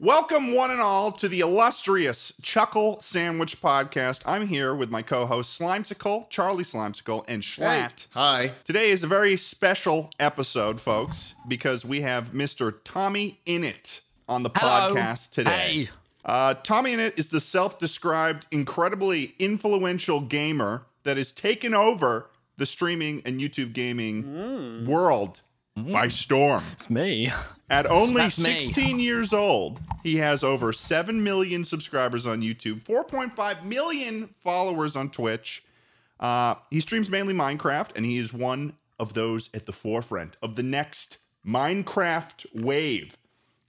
Welcome, one and all, to the illustrious Chuckle Sandwich Podcast. I'm here with my co host Slimesicle, Charlie Slimesicle, and Schlatt. Hi. Today is a very special episode, folks, because we have Mr. Tommy Innit on the Hello. podcast today. Hey. Uh, Tommy Innit is the self described, incredibly influential gamer that has taken over the streaming and YouTube gaming Mm. world by storm. It's me. At only That's me. 16 years old, he has over 7 million subscribers on YouTube, 4.5 million followers on Twitch. Uh, he streams mainly Minecraft, and he is one of those at the forefront of the next Minecraft wave.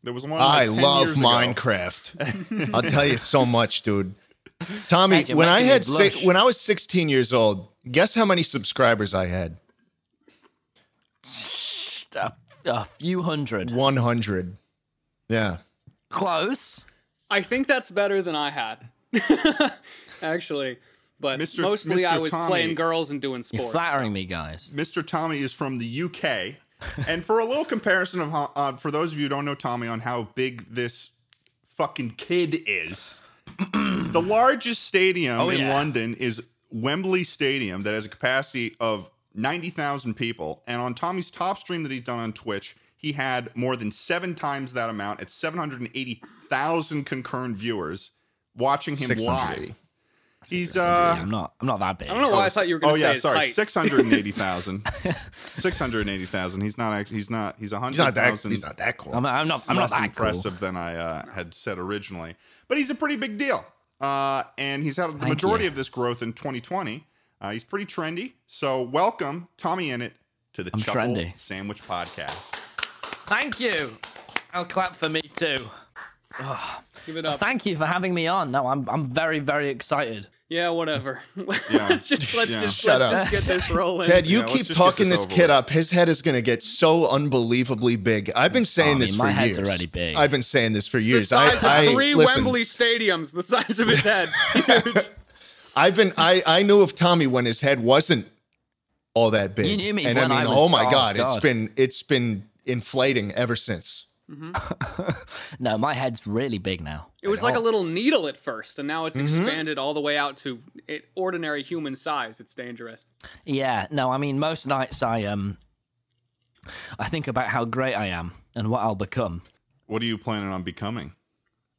There was one. like I 10 love years ago. Minecraft. I'll tell you so much, dude. Tommy, Tag, you're when I making me had si- blush. when I was 16 years old, guess how many subscribers I had? A, a few hundred. 100. Yeah. Close. I think that's better than I had, actually. But Mr. mostly Mr. I was Tommy. playing girls and doing You're sports. flattering me, guys. Mr. Tommy is from the UK. and for a little comparison of how, uh, for those of you who don't know Tommy on how big this fucking kid is, the largest stadium in yeah. London is Wembley Stadium that has a capacity of 90,000 people. And on Tommy's top stream that he's done on Twitch, he had more than seven times that amount at 780,000 concurrent viewers watching him 680. live. He's uh, I'm not. I'm not that big. I don't know why I thought you were going oh to say yeah, his sorry, height. six hundred and eighty thousand. Six hundred and eighty thousand. He's not. act- He's not. He's a hundred. He's not that he's not that cool. I'm, I'm not. I'm not less that impressive than I uh, had said originally. But he's a pretty big deal, uh, and he's had the Thank majority you. of this growth in 2020. Uh, he's pretty trendy. So welcome, Tommy Innit, to the I'm Chuckle trendy. Sandwich Podcast. cool. Thank you. I'll clap for me too. Give it up. Thank you for having me on. No, I'm. I'm very, very excited. yeah, whatever. Yeah. let's just let's Yeah. just, Shut let's up. just get this rolling. Ted, you Yeah, let's keep just get talking this this, over kid with. up. His head is going to get so unbelievably big. I've been saying Tommy, this for my head's years. already big. I've been saying this for the years. size I, of I three listen, Wembley stadiums, the size of his head. I've been I I knew of Tommy when his head wasn't all that big. You knew me and when I I mean, was- oh my oh, god, it's God. been it's been inflating ever since. No, my head's really big now. It was like a little needle at first, and now it's Mm-hmm. expanded all the way out to it, ordinary human size. It's dangerous. Yeah. No, I mean, most nights I um, I think about how great I am and what I'll become. What are you planning on becoming?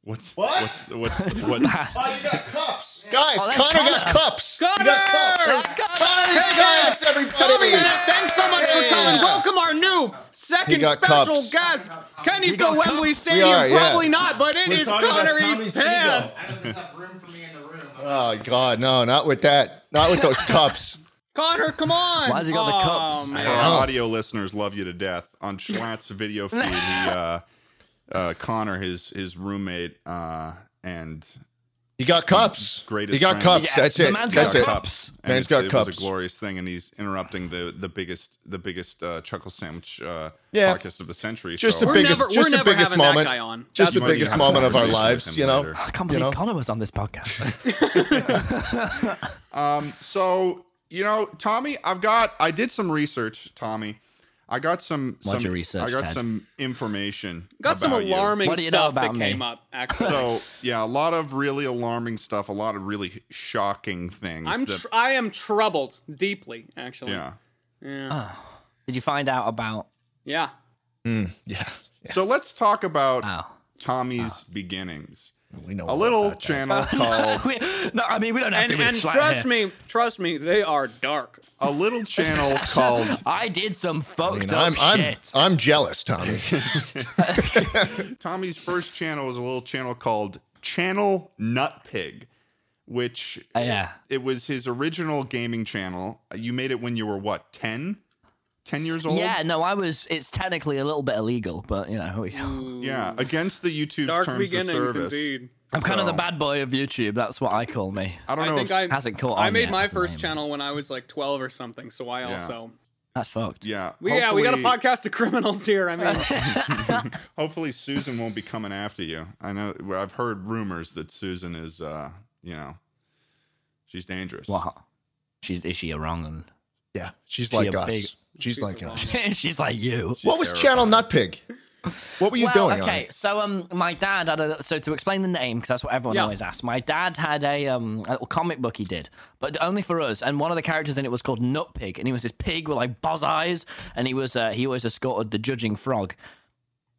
What's what's what's what's Oh, you got cups, guys. Oh, that's Connor, got Connor. cups. You Connor! got cups. Connor, cups, everybody. Thanks so much Yeah. for coming. Welcome our new second He got special cups. guest. Can he got fill Wembley cups. Stadium? We are, yeah. Probably not, but it is talking about Connor Tommy Eats Pants. Siegel. Oh God, no, not with that. Not with those cups. Connor, come on. Um, Why's he got the Aw, cups? Our man. audio listeners love you to death. On Schlatt's video feed, he, uh, uh, Connor, his his roommate, uh, and You got cups. Greatest you got friend. cups. Yeah, That's the it. man's That's got it. cups. And Man's it- got it was cups. a glorious thing, and he's interrupting the the biggest the biggest uh, chuckle sandwich uh, Yeah. podcast of the century. Just so the We're biggest, never- we're just the never biggest having that moment. guy on. Just You the might need to biggest have a moment of our conversation with lives. him You know. later. Oh, I can't believe know? Connor was on this podcast. um, So you know, Tommy, I've got I did some research, Tommy. I got some What'd some you research, I got Ted? some information. Got some about you. alarming What do you know stuff about that me? came up, actually. So yeah, a lot of really alarming stuff. A lot of really shocking things. I'm that- tr- I am troubled deeply, actually. yeah. Did you find out about? Yeah. Yeah. Yeah. So let's talk about Oh. Tommy's beginnings. We know A all little about that. channel called We- no, I mean we don't have And, to. be and flat trust here. me, trust me, they are dark. a little channel called I did some fucked I mean, up I'm, I'm, shit. I'm jealous, Tommy. Tommy's first channel was a little channel called Channel Nut Pig, which Uh, yeah. it was his original gaming channel. You made it when you were what, 10? 10 years old? Yeah, no, I was. It's technically a little bit illegal, but you know, we- Yeah, against the YouTube's Dark terms beginnings, of service. indeed. I'm kind of So- the bad boy of YouTube. That's what I call me. I don't I know. think if- I Hasn't caught I on made yet, my hasn't first it? channel when I was like 12 or something, so I Yeah. also. That's fucked. yeah. We, yeah, we got a hopefully- podcast of criminals here. I mean, Hopefully, Susan won't be coming after you. I know I've heard rumors that Susan is, uh, you know, she's dangerous. What? She's is she a wrong Yeah, she's She like a us. big- she's like us. one? She's like you. She's What was terrifying. Channel Nutpig? What were you well, doing? Okay, so um, my dad had a so to explain the name because that's what everyone Yeah. always asks. My dad had a um a little comic book he did, but only for us. And one of the characters in it was called Nut Pig, and he was this pig with like boz eyes, and he was uh, he always escorted the judging frog.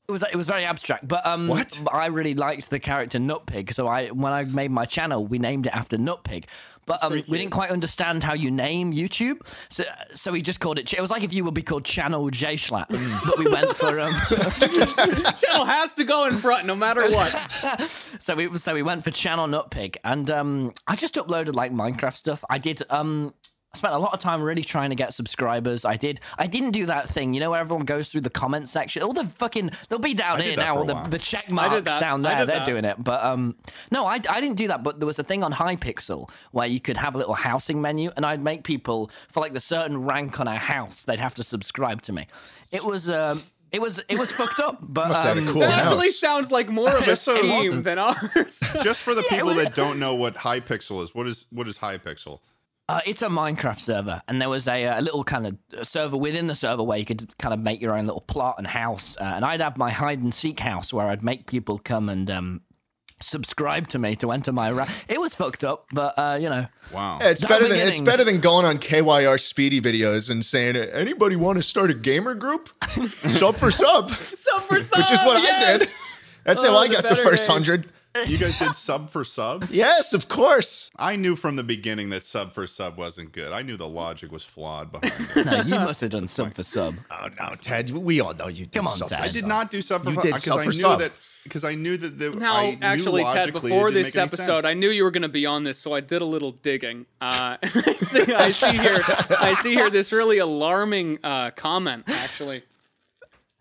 It was it was very abstract, but um, What? but I really liked the character Nut Pig, so I when I made my channel, we named it after Nut Pig. But um, we didn't quite understand how you name YouTube, so so we just called it. Ch- It was like if you would be called Channel J Schlatt, Mm. but we went for um. Channel has to go in front no matter what. So we so we went for channel nutpig, and um, I just uploaded like Minecraft stuff. I did um, I spent a lot of time really trying to get subscribers. I did I didn't do that thing, you know, where everyone goes through the comment section. All the fucking they'll be down did here that now, for a all the, while. the check did marks that. down I there. did They're that. doing it, but um, no, I I didn't do that. But there was a thing on Hypixel where you could have a little housing menu, and I'd make people for like the certain rank on a house, they'd have to subscribe to me. It was um. It was it was fucked up, but Must have had a um, cool That house. actually sounds like more of a Just so it scheme wasn't. than ours. Just for the people was- that don't know what Hypixel is, what is what is Hypixel? Uh, it's a Minecraft server, and there was a, uh, a little kind of uh, server within the server where you could kind of make your own little plot and house. Uh, and I'd have my hide and seek house where I'd make people come and um, subscribe to me to enter my. Ra- it was fucked up, but uh, you know, Wow. Yeah, it's Dumb better than it's beginnings. better than going on KYR Speedy videos and saying, "Anybody want to start a gamer group? sub for sub," which Sub for sub, is what I yes! did. That's Oh, how I the got the better first days. hundred. You guys did sub for sub? Yes, of course. I knew from the beginning that sub for sub wasn't good. I knew the logic was flawed behind it. no, you must have done sub for sub. Oh no, Ted, we all know you. Did Come on, sub for Ted. I did not do sub for You sub did because sub I for knew sub. that because I knew that the Now, I knew actually, Ted, logically it before didn't this make any sense. episode, I knew you were going to be on this, so I did a little digging. Uh, I, see, I see here, I see here this really alarming uh, comment actually,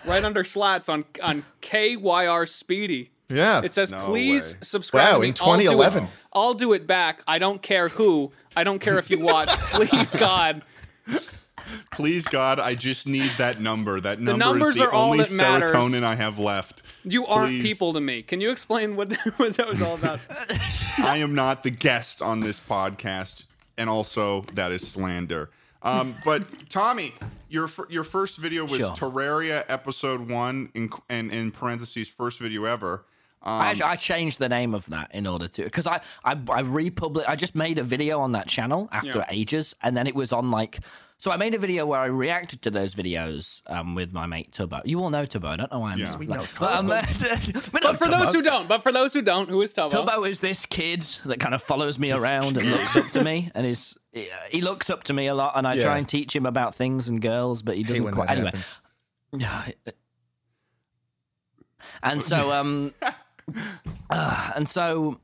right under slats on on KYR Speedy. Yeah, It says, No "Please way. subscribe." Wow, to me. in I'll do it- 2011. I'll do it back. I don't care who. I don't care if you watch. Please, God. Please God, I just need that number. That number numbers is the are all only that matters. serotonin I have left. You aren't Please. people to me. Can you explain what, what that was all about? I am not the guest on this podcast, and also that is slander. Um, but Tommy, your fir- your first video was Sure. Terraria episode one, in, and in parentheses, first video ever. Um, I, I changed the name of that in order to because I I, I republic I just made a video on that channel after Yeah. ages, and then it was on like so I made a video where I reacted to those videos um, with my mate Tubbo. You all know Tubbo. I don't know why I'm. Yeah. We know but, um, we know But for those Tubbo. who don't, but for those who don't, who is Tubbo? Bilbo is this kid that kind of follows me around and looks up to me, and is he looks up to me a lot, and I Yeah. try and teach him about things and girls, but he Hate doesn't when quite. that Anyway, happens. and so um, uh, and so.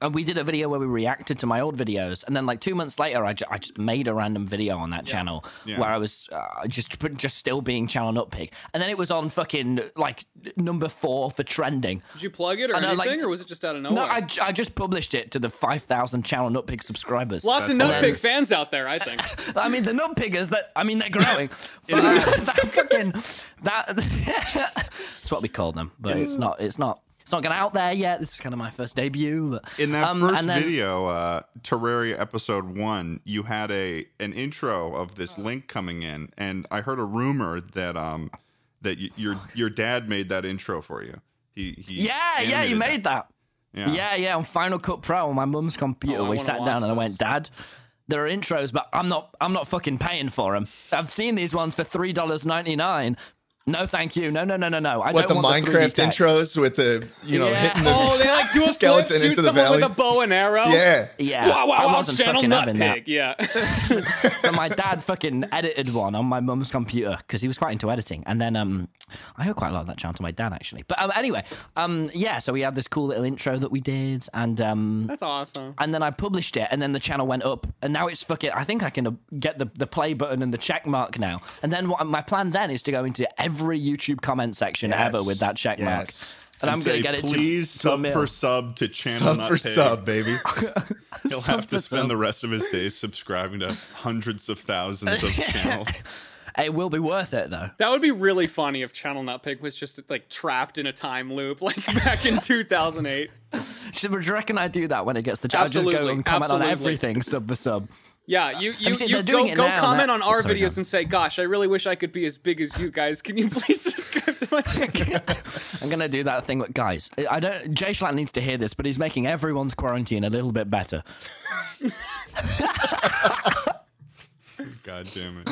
And we did a video where we reacted to my old videos, and then like two months later, I, ju- I just made a random video on that channel Yeah. where I was uh, just just still being channel nutpig, and then it was on fucking like number four for trending, Did you plug it or I know, anything, like- or was it just out of nowhere? No, I, I just published it to the 5,000 channel Nutpig subscribers. Lots of That's Nutpig hilarious. fans out there, I think. I mean, the Nutpiggers, that, I mean, they're growing. but that fucking, that, that's what we call them, but it's not, it's not, it's not going out there yet. This is kind of my first debut. but- In that um, first and then- video, uh, Terraria episode one, you had a an intro of this link coming in, and I heard a rumor that um that y- your your dad made that intro for you. He, he Yeah, yeah, you animated made that. Yeah. Yeah. yeah, on Final Cut Pro on my mum's computer. Oh, I we wanna sat watch down and I this. went, Dad, there are intros, but I'm not I'm not fucking paying for them. I've seen these ones for three dollars ninety nine. No, thank you. No, no, no, no, no. I What the don't want 3D Minecraft text. intros with the you know Yeah. hitting the oh, they like do a skeleton flip, shoot into the someone valley. with a bow and arrow. yeah, Yeah, Wow, wow, I wow, wasn't channel fucking having Nutpig. Yeah. that. So my dad fucking edited one on my mum's computer because he was quite into editing. And then um, I heard quite a lot of that channel to my dad actually. But um, anyway, um, yeah. So we had this cool little intro that we did, and um, That's awesome. and then I published it, and then the channel went up, and now it's fucking. I think I can uh, get the, the play button and the check mark now. And then what my plan then is to go into every YouTube comment section ever Yes. with that check mark, Yes. and, I'm Say, gonna get it. to- Please to a sub mil." for sub to channel sub Nut for Pig. sub, baby. He'll have to for spend sub. the rest of his days subscribing to hundreds of thousands of channels. It will be worth it though. That would be really funny if Channel Nutpig was just like trapped in a time loop, like back in 2008. Should, do you reckon I do that when it gets the? I'll just go Absolutely, and comment absolutely. on everything sub for sub. Yeah, you you, see, you they're go, doing it go now, comment that- on our sorry, videos Dan. and say, "Gosh, I really wish I could be as big as you guys. Can you please subscribe to my channel?" I'm gonna do that thing with guys. I- I don't. Jay Schlatt needs to hear this, but he's making everyone's quarantine a little bit better. God damn it.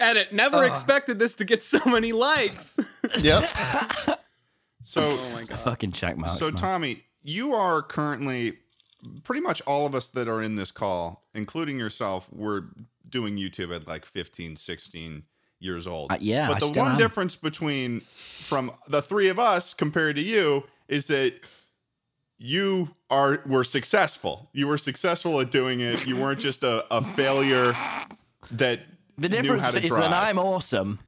Edit. Never expected this to get so many likes. Yep. So Oh my god. Fucking check marks. so man. Tommy, you are currently pretty much all of us that are in this call, including yourself, we're doing YouTube at like 15, 16 years old. Uh, yeah, But I the still one am. difference between from the three of us compared to you is that you are were successful. You were successful at doing it. You weren't just a, a failure that the knew how difference to is drive. that I'm awesome.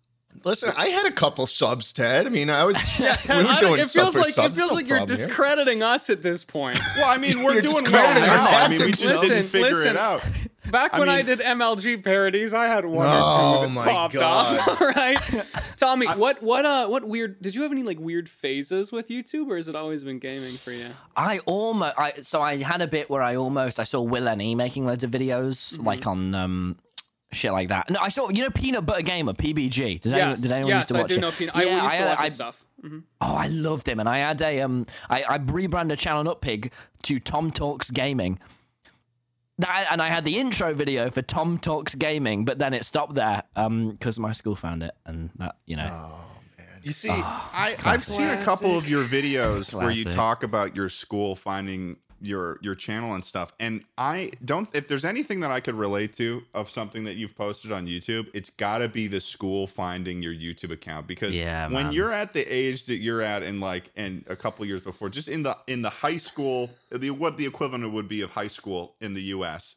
Listen, I had a couple subs, Ted. I mean, I was. Yeah, we Ted, were I don't- doing it sub feels for like sub. it feels No like you're problem here. discrediting us at this point. Well, I mean, we're You're doing well discrediting our now. I mean, we tactics, just though. didn't figure Listen, it out. Back when I, mean- did MLG parodies, I had one Oh or two that my popped God. off. All right, Tommy, what what uh what weird? Did you have any like weird phases with YouTube, or has it always been gaming for you? I almost, I, so I had a bit where I almost, I saw Will and E making loads of videos, Mm-hmm. like on um, shit like that. No, I saw, you know, Peanut Butter Gamer, PBG. Does anyone, yes, did anyone yes, used to I watch do it? know. Peanut. I Yeah, used to I- watch I- his stuff. Oh, I loved him, and I had a um, I, I rebranded Channel Nutpig to Tom Talks Gaming. That, and I had the intro video for Tom Talks Gaming, but then it stopped there because my school found it, and that you know. Ah. You see, I, I've seen a couple of your videos where you Ah, Classic. talk about your school finding your your channel and stuff. And I don't if there's anything that I could relate to of something that you've posted on YouTube, it's gotta be the school finding your YouTube account. Because Yeah, when man. you're at the age that you're at and like and a couple years before, just in the in the high school, the what the equivalent would be of high school in the US,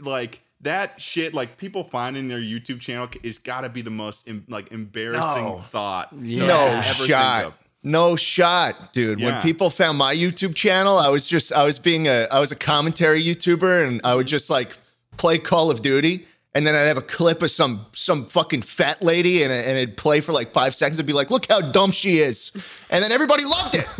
like that shit like people finding their youtube channel is gotta be the most em- like embarrassing No. thought that Yeah. I No could ever think shot. of. No shot, dude. Yeah. When people found my YouTube channel, I was just I was being a I was a commentary YouTuber and I would just like play Call of Duty and then I'd have a clip of some some fucking fat lady and, and it'd play for like five seconds and be like, look how dumb she is. And then everybody loved it.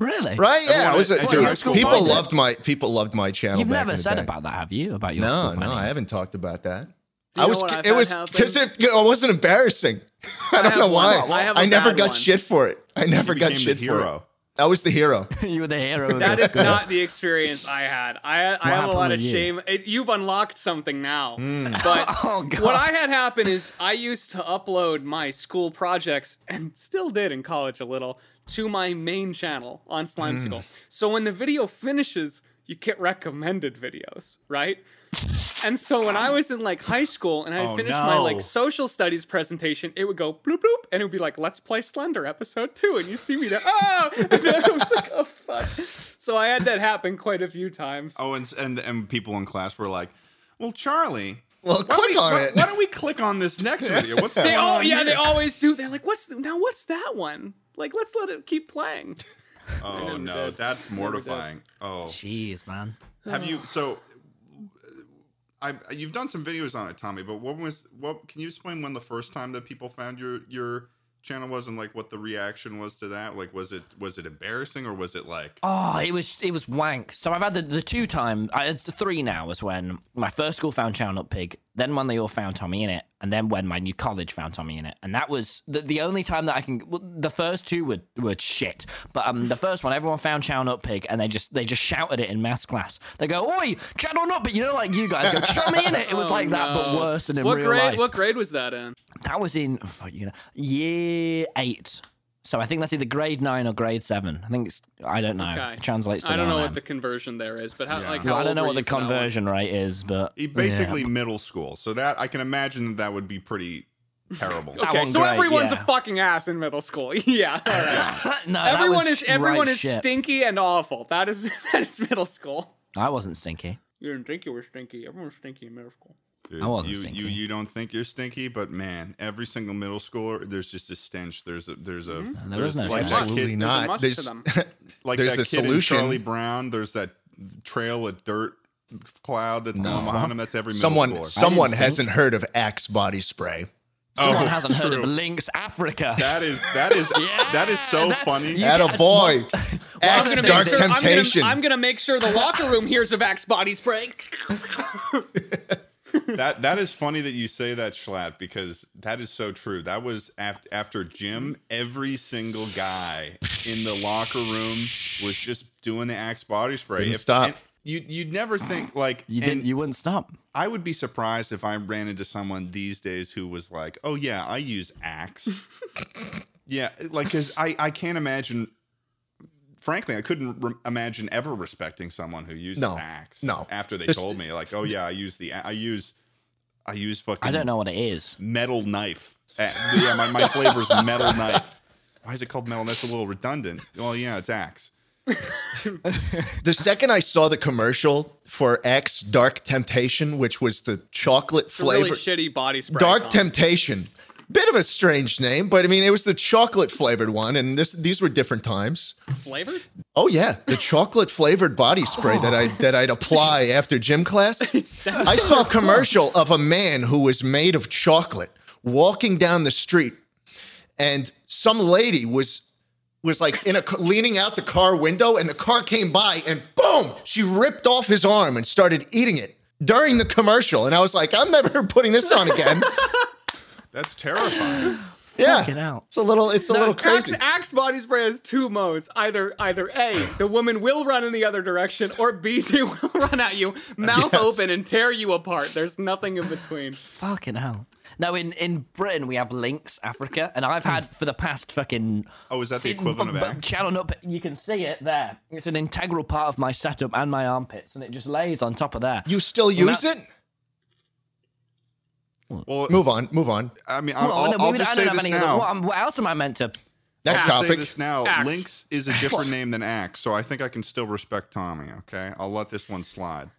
Really? Right? Yeah. Everyone I was at- a, at your high dude, school people found it. loved my people loved my channel. You've back in never the said day. about that, have you? About your No, school no, finding I it? haven't talked about that. you I know was, what I've it had was happen? because it, you know, it wasn't embarrassing. I don't have know one. why. I have a I, never bad got one. shit for it. I never You got became shit the for it. hero I was the hero. you were the hero. Of That your is school. not the experience I had. I, I have a happened lot of with you? shame. It, you've unlocked something now. But Oh, what God. I had happen is I used to upload my school projects and still did in college a little to my main channel on Slimesicle. So when the video finishes, you get recommended videos, right? And so when I was in like high school and I Oh, finished my no. like social studies presentation, it would go bloop bloop and it would be like, let's play Slender episode two. And you see me there, oh! And then I was like, oh fuck. So I had that happen quite a few times. oh and, and and people in class were like well charlie Well, click on why, it. why don't we click on this next video what's going They all, on yeah, they here? always do. They're like, what's now? What's that one? Like, let's let it keep playing. oh never no did. that's Never did. mortifying oh Jeez, man. have you so I, you've done some videos on it tommy but what was what can you explain when the first time that people found your your channel was and like what the reaction was to that like was it was it embarrassing or was it like Oh, it was it was wank. So I've had the, the two time, I, it's the three now. Was when my first school found Chow Nut Pig, then when they all found Tommy in it, and then when my new college found Tommy in it. And that was the, the only time that I can. Well, the first two were were shit, but um, the first one everyone found Chow Nut Pig, and they just they just shouted it in math class. They go, "Oi, Chow Nut Pig!" You know, like you guys go, "Tommy in it." It was Oh, like that, but no. worse and in what real grade? life. What grade was that in? That was in oh, fuck, you know, year eight. So I think that's either grade nine or grade seven. I think it's I don't know. Okay. It translates to I don't one M. know what the conversion there is, but how, Yeah. like, Well, how I don't old know were what you the for that one? conversion rate is, but E- basically middle school. So that I can imagine that, that would be pretty terrible. That Okay, one so grade, everyone's yeah. a fucking ass in middle school. yeah, all right. Yeah. no, that everyone was is everyone right is shit. stinky and awful. That is that is middle school. I wasn't stinky. You didn't think you were stinky. Everyone was stinky in middle school. Dude, I wasn't you, stinky. you you don't think you're stinky, but man, every single middle schooler, there's just a stench. There's a there's a there there's is no like stench. that Absolutely kid, not. must There's, to them. like There's that a kid in solution. Charlie Brown. There's that trail of dirt cloud that's going behind him. That's every middle Uh-huh. someone schooler. someone think- hasn't heard of Axe body spray. Someone Oh, hasn't heard true. of Lynx Africa. that is that is that is so that's- funny. you- At a get- boy. I'm X gonna make Dark sure- I'm gonna- Temptation. I'm gonna make sure the locker room hears of Axe body spray. that that is funny that you say that Schlatt because that is so true. That was after after Jim, every single guy in the locker room was just doing the Axe body spray. Didn't stop. and You you'd never think like You and didn't. You wouldn't stop. I would be surprised if I ran into someone these days who was like, "Oh yeah, I use Axe." yeah, like cuz I I can't imagine frankly, I couldn't re- imagine ever respecting someone who uses No, Axe no. after they There's- told me like, "Oh yeah, I use the a- I use I use fucking I don't know what it is. metal knife. Uh, yeah, my, my flavor's metal knife. Why is it called metal? That's a little redundant. Well, yeah, it's axe. the second I saw the commercial for X Dark Temptation, which was the chocolate It's a really flavor shitty body spray. Dark Tom. Temptation. Bit of a strange name, but I mean it was the chocolate flavored one, and this these were different times. flavor. Oh yeah, the chocolate flavored body spray that I that I'd apply after gym class. sounds- I saw a commercial of a man who was made of chocolate walking down the street, and some lady was was like in a ca- leaning out the car window, and the car came by, and boom, she ripped off his arm and started eating it during the commercial, and I was like, I'm never putting this on again. That's terrifying. Get yeah, out. it's a little it's a little Uh, Axe, crazy. Axe body spray has two modes. Either either A, the woman will run in the other direction, or B, they will run at you, mouth Yes. open, and tear you apart. There's nothing in between. Fucking hell. Now in, in Britain we have Lynx Africa, and I've had for the past fucking. Hmm. Oh, is that the See, equivalent of but- but axe? Channel up, you can see it there. It's an integral part of my setup and my armpits, and it just lays on top of that. You still And use it? that's- Well, Move on, move on. I mean, Well, I'll, oh, no, I'll, I'll we- just I don't say have this any now. Other, what, am- what else am I meant to? Next I'll topic. say this now. Axe. Lynx is a different name than axe, so I think I can still respect Tommy. Okay, I'll let this one slide.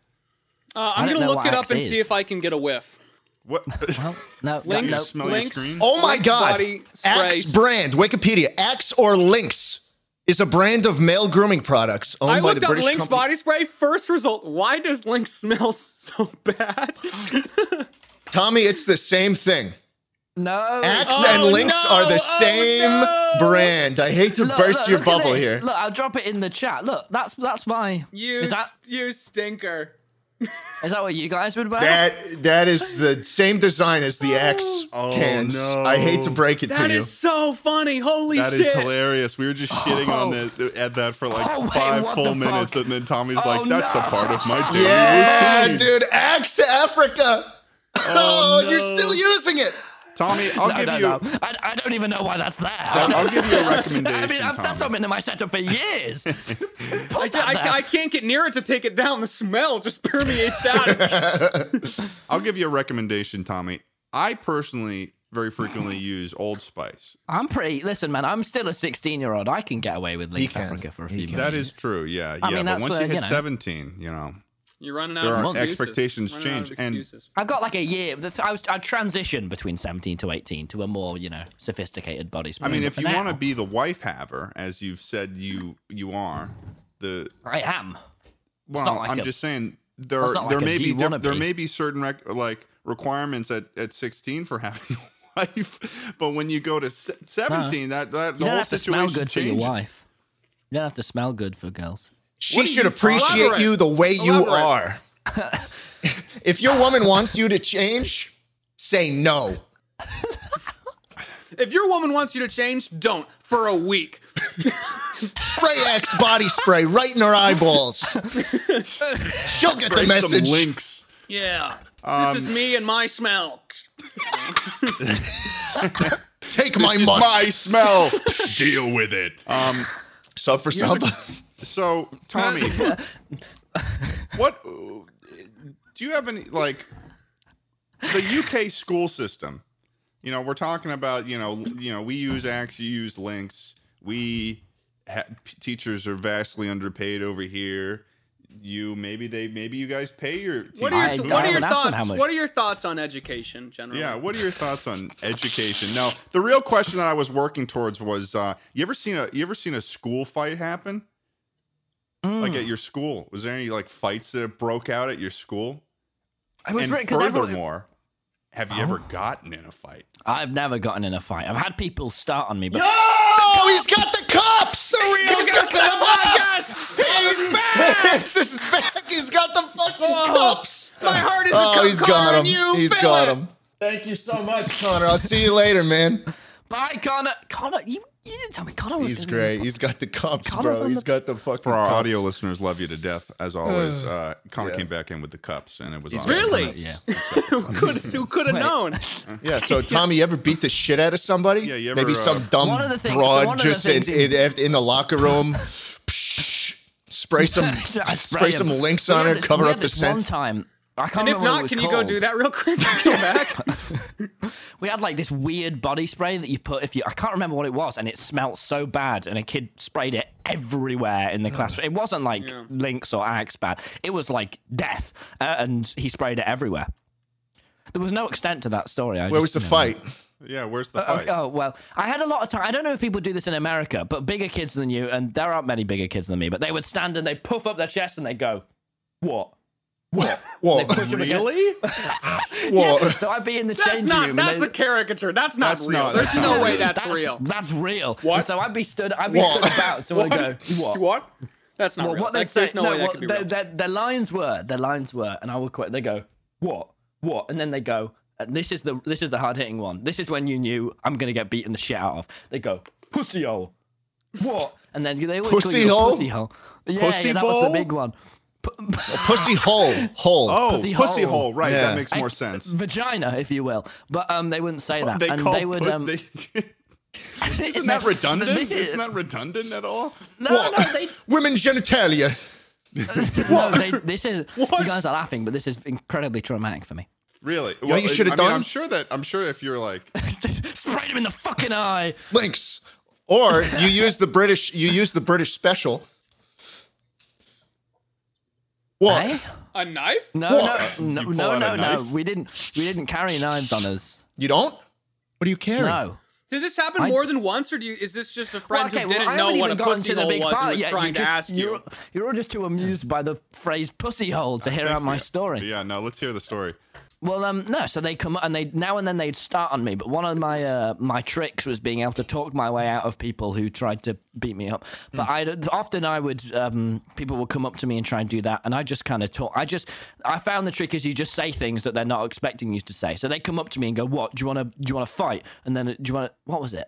Uh, I I'm don't gonna know look what it up Axe and is. see if I can get a whiff. What? Well, no, no, Lynx, no. Smell your Lynx, screen? Oh my Lynx God. body spray. Axe brand, Wikipedia. Axe or Lynx is a brand of male grooming products owned I by the looked up British Lynx company. body spray. First result: Why does Lynx smell so bad? Tommy, it's the same thing. No. Axe Oh, and Lynx no. are the Oh, same no. brand. I hate to Look, burst look, your look at bubble this. here. Look, I'll drop it in the chat. Look, that's that's my. you, Is that st- you stinker. is that what you guys would wear? That that is the same design as the Axe Oh, cans. no. I hate to break it That to you. is so funny. Holy That shit! is hilarious. We were just shitting on the, at that for like Oh, five wait, what full the minutes, fuck? and then Tommy's Oh, like, "That's no. a part of my daily yeah, routine." dude, Axe Africa. Oh, Oh, no. you're still using it. Tommy, I'll No, give no, you. no. I, I don't even know why that's there. I'll, I'll give you a I recommendation. mean, I've, Tommy. that's not been in my setup for years. Put I, ju- that there. I, I can't get near it to take it down. The smell just permeates out. I'll give you a recommendation, Tommy. I personally very frequently use Old Spice. I'm pretty. Listen, man, I'm still a 16 year old. I can get away with Lynx can. Africa for a He few can. minutes. That is true. Yeah, I yeah. mean, but that's once what, you hit you know. 17, you know, You're running out. There of are excuses. expectations Running out of change, and- excuses. I've got like a year. the th- I was I transitioned between 17 to 18 to a more you know sophisticated body spray. I mean, but if for you now, want to be the wife haver, as you've said you you are, the I am. well, not like I'm a- just saying there Well, it's not there like a may do be you wanna diff- there be. may be certain rec- like requirements at at 16 for having a wife, but when you go to se- 17, that that You the don't whole have to situation smell good changes. for your wife. You don't have to smell good for girls. She What do should you- appreciate Elaborate. you the way you Elaborate. are. if your woman wants you to change, say no. If your woman wants you to change, don't for a week. Spray X body spray right in her eyeballs. She'll get the Break some message. links. Yeah. this Um, is me and my smell. Take my must. My smell. Deal with it. Um, sub for sub. So, Tommy, what do you have any like the UK school system? You know, we're talking about you know you know we use Axe, you use Links. We ha- p- teachers are vastly underpaid over here. You maybe they maybe you guys pay your What teachers are I- your, more. what I are your haven't asked them thoughts? how much. What are your thoughts on education generally? yeah, what are your thoughts on education? Now, the real question that I was working towards was: uh, you ever seen a you ever seen a school fight happen? Like Mm. at your school, was there any like fights that broke out at your school? I And right, 'cause everyone- Oh. furthermore, have you ever gotten in a fight? I've never gotten in a fight. I've had people start on me, but oh, he's got the cops. Real guys on the podcast! back. He's got the fucking cups. My heart is a Oh, cup he's Connor, got him. and you He's feel got it. him. Thank you so much, Connor. I'll see you later, man. Bye, Connor. Connor, you, you didn't tell me Connor was He's gonna be in great. He's got the cups, Connor's bro. on He's the- got the fucking For our cups. audio listeners, love you to death as always. Uh, Connor Yeah. came back in with the cups, and it was He's awesome. Really? Yeah. Could- who could have Wait. known? Yeah. So Tommy, you ever beat the shit out of somebody? Yeah, you ever, Maybe uh, some dumb One of the things- so broad one of the just in, things in, in- in, the locker room. Psh, spray some the- I spray some him. links We on had her. this- Cover we up the had this One scent. time, I can't And if remember what it not, was can you called. go do that real quick? Come back. We had like this weird body spray that you put if you I can't remember what it was and it smelt so bad and a kid sprayed it everywhere in the classroom. It wasn't like Yeah. Lynx or Axe bad. It was like death uh, and he sprayed it everywhere. There was no extent to that story. I Where was just, the you know, fight? Yeah, where's the Oh, fight? oh well, I had a lot of time. I don't know if people do this in America, but bigger kids than you, and there aren't many bigger kids than me, but they would stand and they puff up their chest and they go, "What?" Well, push him again. Really? well, So I'd be in the That's changing not. room. That's and a they- caricature. That's not That's real. not- There's that's no not way real. that's, real. That's real. What? And so I'd be stood. I'd be What? stood about. Someone would go, "What?" What? That's not Well, real. what they Like, say, there's no, way that what could be their, real. their, their lines were, their lines were, and I would quote. They go, "What? What?" And then they go, and "This is the this is the hard hitting one. This is when you knew I'm gonna get beaten the shit out of." They go, "Pussy hole, what?" And then they always Pussy call you a hole? pussy hole. Yeah, Pussy yeah, that was bowl? the big one. pussy hole, hole. Oh, pussy, Pussy hole. hole. Right, Yeah. that makes more I- sense. Vagina, if you will, but um, they wouldn't say that, They and call they would. pussy. um, Isn't that redundant? This is, Isn't that redundant at all? no, What? no, they Women genitalia. No, they, this is you guys are laughing, but this is incredibly traumatic for me. Really? Yeah, you should have I mean, done- I'm sure that I'm sure if you're like Sprayed him in the fucking eye. links or you use the british you use the british special what Eh? A knife? No, What? no, You no, pull no, out a no, no. knife? We didn't. We didn't carry knives on us. you don't what do you carry No. Did this happen I- more than once, or do you, is this just a friend who I didn't haven't know what a even gotten pussy to the hole big was part and was yet. trying You're to just- ask you? You're, you're all just too amused by the phrase "pussy hole" to hear out my story. Yeah, no, let's hear the story. Well, um, no. So they come and they now and then they'd start on me. But one of my uh, my tricks was being able to talk my way out of people who tried to beat me up. But I often I would um, people would come up to me and try and do that, and I just kind of talk. I just I found the trick is you just say things that they're not expecting you to say. So they come up to me and go, "What do you want to do? You want to fight?" And then do you want to what was it?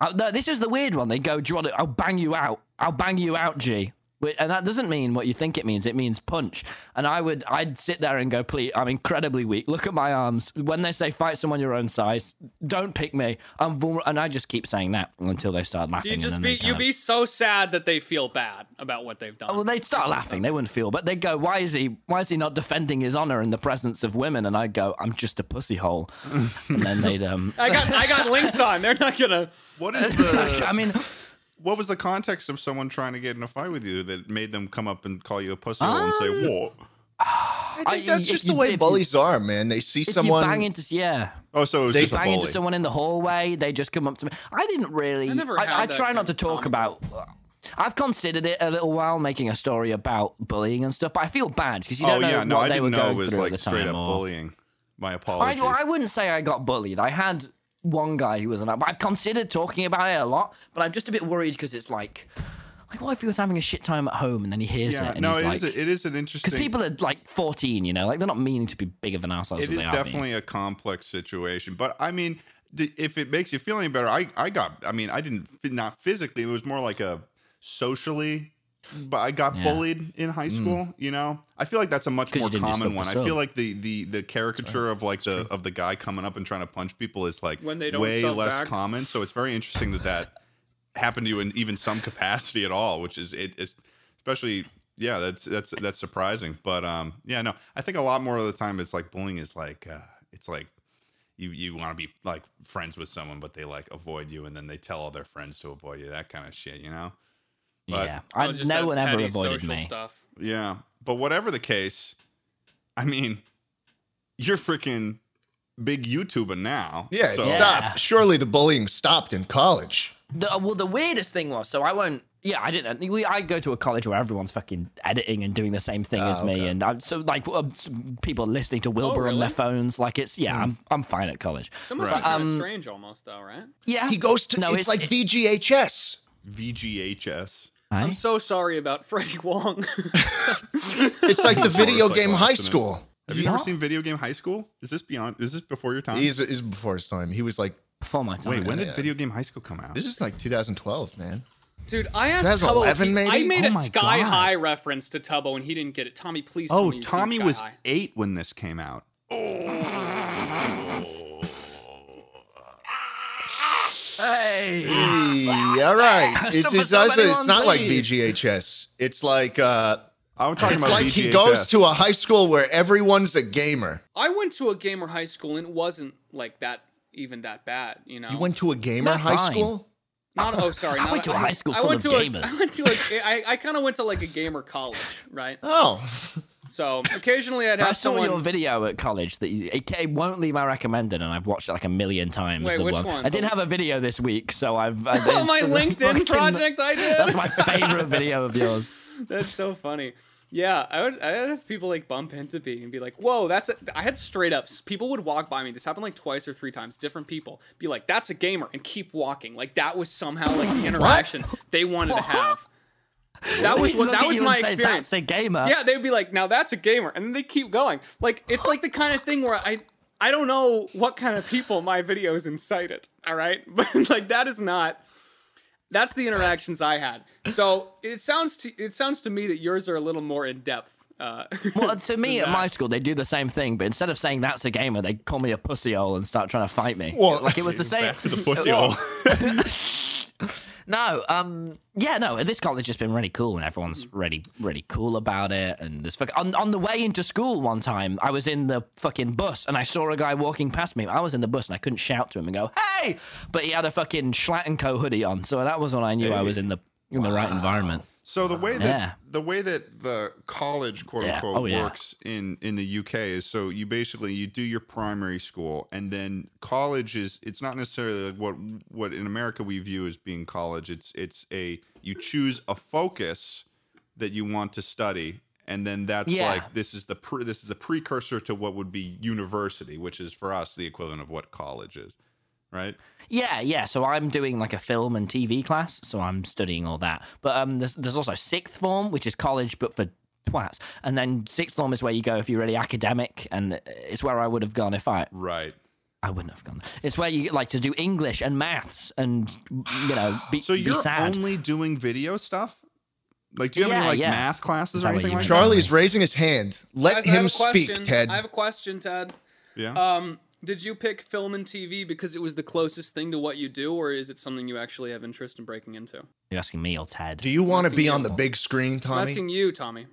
Uh, no, this is the weird one. They go, "Do you want to? I'll bang you out. I'll bang you out, G." Wait, And that doesn't mean what you think it means. It means punch. And I would, I'd sit there and go, "Please, I'm incredibly weak. Look at my arms." When they say fight someone your own size, don't pick me. I'm vulnerable, and I just keep saying that until they start laughing. Do you and just then they be you kind of- be so sad that they feel bad about what they've done? Well, they'd start laughing. They wouldn't feel, but they'd go, "Why is he? Why is he not defending his honor in the presence of women?" And I'd go, "I'm just a pussy hole." and then they'd, um, I got I got links on. They're not gonna. What is the I mean, what was the context of someone trying to get in a fight with you that made them come up and call you a pussy hole and Um, say, "What?" i think I- that's if just you- the way if you- bullies are man they see if someone you bang into, yeah, Oh, so it was They just a bang bully. into someone in the hallway. They just come up to me. I didn't really. I I, never had I, that try kind not to of talk about. I've considered it a little while, making a story about bullying and stuff, but I feel bad because you oh don't know yeah, no, what I they were didn't know going it was through at like the straight up time or- bullying. My I, apologies. well, I wouldn't say I got bullied. I had one guy who was an. I've considered talking about it a lot, but I'm just a bit worried because it's like, like what if he was having a shit time at home and then he hears yeah, it? And no, he's it like, is a- it is an interesting. Because people are like 14, you know, like they're not meaning to be big of an asshole. it is definitely a complex situation but i mean d- if it makes you feel any better i i got i mean i didn't f- not physically it was more like a socially but i got Yeah. Mm. bullied in high school you know i feel like that's a much 'Cause more you didn't do common sub one to i feel sub. like the the the caricature of like the of the guy coming up and trying to punch people is like When they don't way sub less back. common so it's very interesting that that happened to you in even some capacity at all which is it is especially yeah that's that's that's surprising but um yeah no i think a lot more of the time it's like bullying is like uh it's like you you want to be like friends with someone but they like avoid you and then they tell all their friends to avoid you that kind of shit you know but yeah, I, Oh, just no that one ever petty avoided social me. Stuff. yeah but whatever the case i mean you're freaking big youtuber now yeah it so stopped Yeah. surely the bullying stopped in college The, uh, well, the weirdest thing was, so I won't. Yeah, I didn't. We, I go to a college where everyone's fucking editing and doing the same thing as Oh, me, and I'm, so like um, s- people listening to Wilbur on really? Hmm. their phones. Like it's yeah, I'm I'm fine at college. That must Right. be kind of strange, almost though, right? Yeah, he goes to No, it's, it's- like it- vghs vghs Hey? I'm so sorry about Freddie Wong. It's like the video Motorcycle game High accident. School. Have you ever Yeah. seen Video Game High School? Is this beyond? Is this before your time? He's, he's before his time. He was like, Before my time. Wait, when did yeah. Video Game High School come out? this is like 2012, man. Dude, I asked That's Tubbo. if 11 he- maybe? I made Oh a my Sky God. High reference to Tubbo, and he didn't get it. Tommy, please. tell Oh, me you've seen Tommy Sky was High. eight when this came out. Hey. Hey, all right. It's, Some- it's, also, somebody it's on not like leave. VGHS. It's like uh, I'm talking it's about like he goes to a high school where everyone's a gamer. I went to a gamer high school, and it wasn't like that, even that bad. You know, You went to a gamer Not high fine. school? not oh sorry, I not, went to a high school I full went of to A, gamers. I went to like a- I, I kind of went to like a gamer college, right? Oh, So occasionally I'd have I saw someone. your video at college that you, it, it won't leave my recommended, and I've watched it like a million times. Wait, the which one? I did have a video this week, so I've. I, Oh, my it's the LinkedIn fucking- project I did. That's my favorite video of yours. That's so funny. Yeah, I would. I would have people like bump into me and be like, "Whoa, that's." A, I had straight ups. People would walk by me. This happened like twice or three times. Different people be like, "That's a gamer," and keep walking. Like that was somehow like the interaction they wanted to have. That was He'd what. look That at was you my and say, experience. That's a gamer. Yeah, they'd be like, "Now that's a gamer," and then they keep going. Like it's like the kind of thing where I. I don't know what kind of people my videos incited. All right, but like that is not that's the interactions I had. So it sounds to it sounds to me that yours are a little more in depth. Uh, Well, to me, at my school, they do the same thing, but instead of saying that's a gamer, they call me a pussy hole and start trying to fight me. Well, like it was the same. back to the pussy hole. No, um, yeah, no. This college has been really cool, and everyone's really, really cool about it. And this fuck on on the way into school one time, I was in the fucking bus, and I saw a guy walking past me. I was in the bus, and I couldn't shout to him and go, "Hey!" But he had a fucking Schlatt and Co hoodie on, so that was when I knew I was in the in the right environment. So the way that Yeah. the way that the college quote Yeah. unquote Oh, yeah. works in in the UK is so you basically you do your primary school and then college is it's not necessarily like what what in America we view as being college it's it's a you choose a focus that you want to study and then that's Yeah. like this is the pre, this is the precursor to what would be university which is for us the equivalent of what college is right Yeah, yeah. So I'm doing like a film and TV class, so I'm studying all that. But um, there's, there's also sixth form, which is college, but for twats. And then sixth form is where you go if you're really academic, and it's where I would have gone if I right I wouldn't have gone. It's where you like to do English and maths, and you know, be, so you're be sad. only doing video stuff like do you have any Yeah, like yeah. math classes Is or that what anything you like mean? that? Charlie's raising his hand. Let guys, I have him a speak, question. Ted. I have a question, Ted. Yeah. Um, did you pick film and TV because it was the closest thing to what you do, or is it something you actually have interest in breaking into? You're asking me or Ted? Do you want to be on the big screen, Tommy? I'm asking you, Tommy.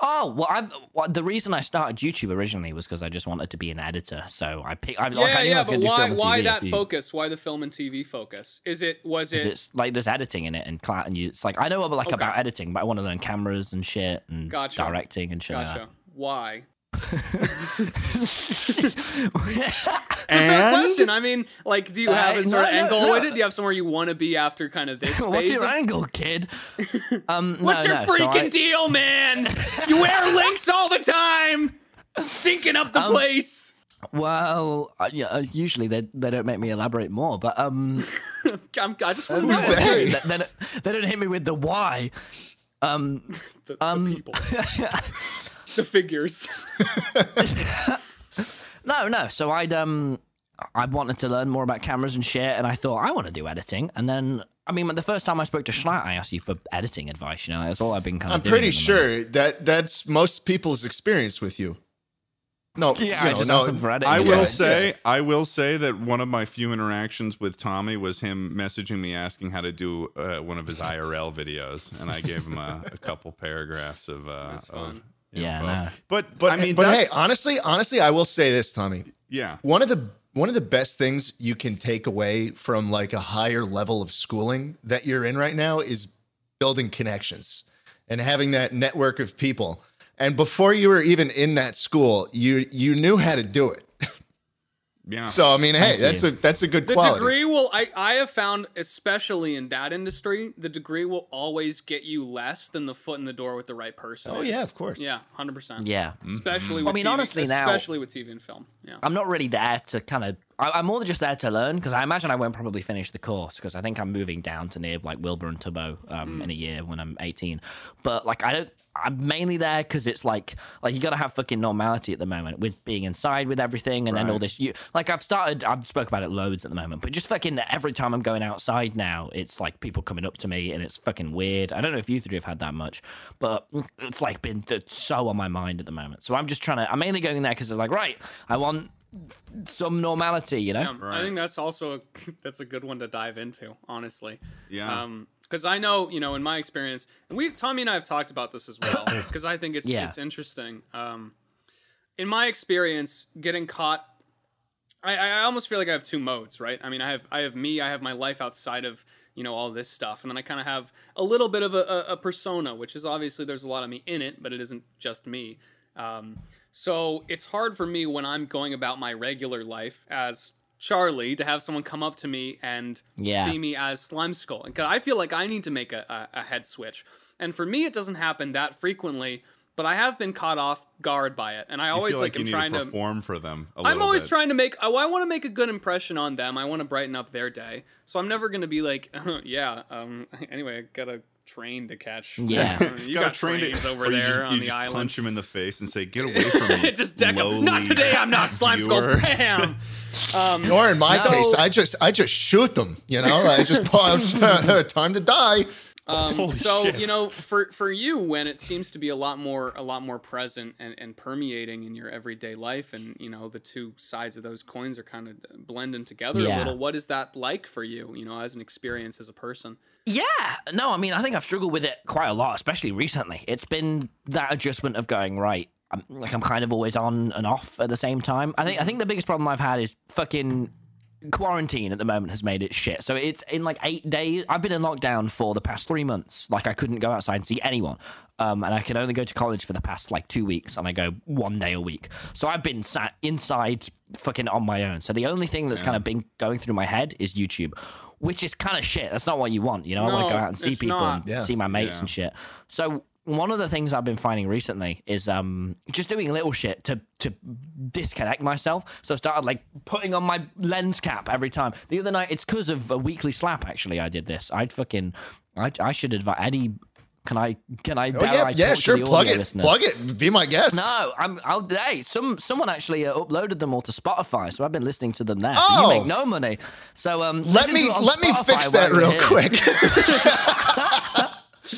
Oh well, I've well, the reason I started YouTube originally was because I just wanted to be an editor. So I picked. I, like, I knew I yeah, yeah, was but gonna do why film and why TV that if you- focus? Why the film and TV focus? Is it was it? because it's like there's editing in it and cla and you, it's like I know like Okay. about editing, but I want to learn cameras and shit and Gotcha. directing and shit. gotcha. Why? Like that. Fair and question. I mean, like, do you have Uh, a sort of no, no, angle no. with it? Do you have somewhere you want to be after kind of this What's phase your of angle, kid? Um, What's no, your no, so freaking I- deal, man? You wear links all the time, stinking Um, up the place. Well, uh, yeah, uh, usually they they don't make me elaborate more, but um, I'm, I just want Who's to know that? they, they don't, they don't hit me with the why. the, the um, people, the figures. No, no. So I'd um, I wanted to learn more about cameras and shit, and I thought I want to do editing. And then, I mean, the first time I spoke to Schlatt, I asked you for editing advice. You know, that's all I've been kind of. I'm pretty sure that that's most people's experience with you. No, Yeah, you I know, just no, asked him for editing. I Yeah. will Yeah. say, I will say that one of my few interactions with Tommy was him messaging me asking how to do uh, one of his IRL videos, and I gave him a, a couple paragraphs of. Uh, of Yeah, info. no. but But, I mean, but hey, that's- honestly, honestly, I will say this, Tommy. yeah, One of the one of the best things you can take away from like a higher level of schooling that you're in right now is building connections and having that network of people. And before you were even in that school, you you knew how to do it. yeah. So I mean, hey, Oh, Thank that's you. a that's a good The quality. degree will I, I have found especially in that industry, the degree will always get you less than the foot in the door with the right person. Oh, is. yeah, of course. Yeah, hundred percent. Yeah. Mm-hmm. Especially with I mean, TV, honestly, now- especially with TV and film. Yeah. I'm not really there to kind of I, I'm more than just there to learn because I imagine I won't probably finish the course because I think I'm moving down to near like Wilbur and Tubbo um, in a year when I'm 18. But like I don't. I'm mainly there because it's like like you gotta have fucking normality at the moment with being inside with everything and then all this. You like I've started. I've spoke about it loads at the moment, but just fucking every time I'm going outside now, it's like people coming up to me and it's fucking weird. I don't know if you three have had that much, but it's like been it's so on my mind at the moment. So I'm just trying to. I'm mainly going there because it's like right. I want some normality, you know? Um, I think that's also a, that's a good one to dive into, honestly. Yeah. um, because I know, you know, in my experience, and we, Tommy and I have talked about this as well, because I think it's Yeah. it's interesting. Um, in my experience, getting caught, I, I almost feel like I have two modes, right? I mean, I have I have me, I have my life outside of you know all this stuff, and then I kind of have a little bit of a, a, a persona, which is obviously there's a lot of me in it, but it isn't just me. Um, so it's hard for me when I'm going about my regular life as Charlie to have someone come up to me and Yeah. see me as Slime Skull. Because I feel like I need to make a, a, a head switch. And for me, it doesn't happen that frequently, but I have been caught off guard by it. And I I always feel like, like, am you trying need to to. perform for them. i I'm always trying to make. Oh, I want to make a good impression on them. I want to brighten up their day. So I'm never going to be like, yeah. Um. Anyway, I got a train to catch. Yeah. you got, trains over or there you just, on you the just island. Punch him in the face and say, "Get away from me!" just deck him. Not lowly today. I'm not slime skull. viewer." Bam. Or in my So- case, I just I just shoot them. You know, I just pause. time to die. Holy so shit. you know for for you when it seems to be a lot more a lot more present and, and permeating in your everyday life and you know the two sides of those coins are kind of blending together a Yeah. little what is that like for you you know as an experience as a person Yeah. No, I mean, I think I've struggled with it quite a lot, especially recently. It's been that adjustment of going right. I'm, like I'm kind of always on and off at the same time. I think I think the biggest problem I've had is fucking quarantine at the moment has made it shit. So it's in like eight days. I've been in lockdown for the past three months. Like I couldn't go outside and see anyone, um, and I can only go to college for the past like two weeks, and I go one day a week. So I've been sat inside, fucking on my own. So the only thing that's kind of been going through my head is YouTube, which is kind of shit. That's not what you want, you know. I want to No, go out and see it's people not. and Yeah. see my mates and shit. So one of the things I've been finding recently is um just doing little shit to to disconnect myself. So I started like putting on my lens cap every time. The other night, it's because of a weekly slap. Actually, I did this. I'd fucking I I should advise Eddie. Can I can I? Oh, yeah, I yeah, talk to sure. the Plug audio it. listeners? Plug it. Be my guest. No, I'm. I'll, hey, some someone actually uh, uploaded them all to Spotify, so I've been listening to them there. So Oh. you make no money. So um, let listen me to it on let me Spotify fix while that you're real here. quick.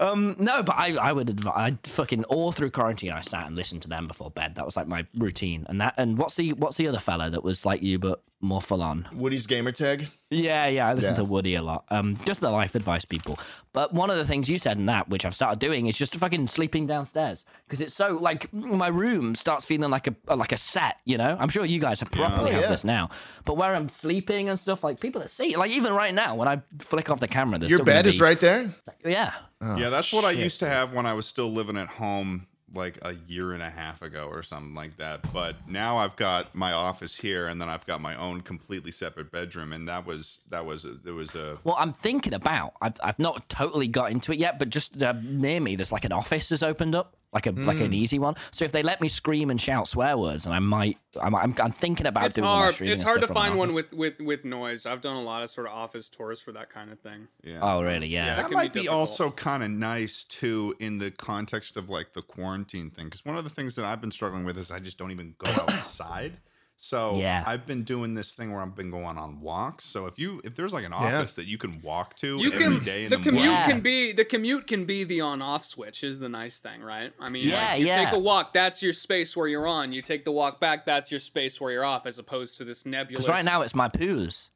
No, but I, I would advise. I fucking all through quarantine, I sat and listened to them before bed. That was like my routine. And that, and what's the what's the other fella that was like you but more full on? Woody's gamer tag. Yeah, yeah. I listen Yeah. to Woody a lot. Um, just the life advice people. But one of the things you said in that, which I've started doing, is just fucking sleeping downstairs because it's so like my room starts feeling like a like a set. You know, I'm sure you guys have probably Oh, have yeah. this now. But where I'm sleeping and stuff, like people that see, like even right now when I flick off the camera, there's Your still gonna bed is be- right there. Yeah. yeah, that's what I used to have when I was still living at home like a year and a half ago or something like that. But now I've got my office here and then I've got my own completely separate bedroom and that was that was a, there was a Well, I'm thinking about. I've I've not totally got into it yet, but just uh, near me, there's like an office has opened up, like a like Hmm. an easy one. So if they let me scream and shout swear words, and I might, I'm I'm, I'm thinking about it's doing. all my hard streaming it's and hard stuff to from an find one office. with with with noise i've done a lot of sort of office tours for that kind of thing yeah. Oh, really? Yeah. Yeah. that can be might be, difficult. also kind of nice too in the context of like the quarantine thing because one of the things that i've been struggling with is i just don't even go outside so Yeah. i've been doing this thing where i've been going on walks so if you if there's like an Yeah. office that you can walk to you every day can in the, the, commute morning Yeah. can be the commute can be the on off switch is the nice thing right i mean Yeah, like, you yeah. take a walk that's your space where you're on you take the walk back that's your space where you're off as opposed to this nebulous Because right now it's my poos.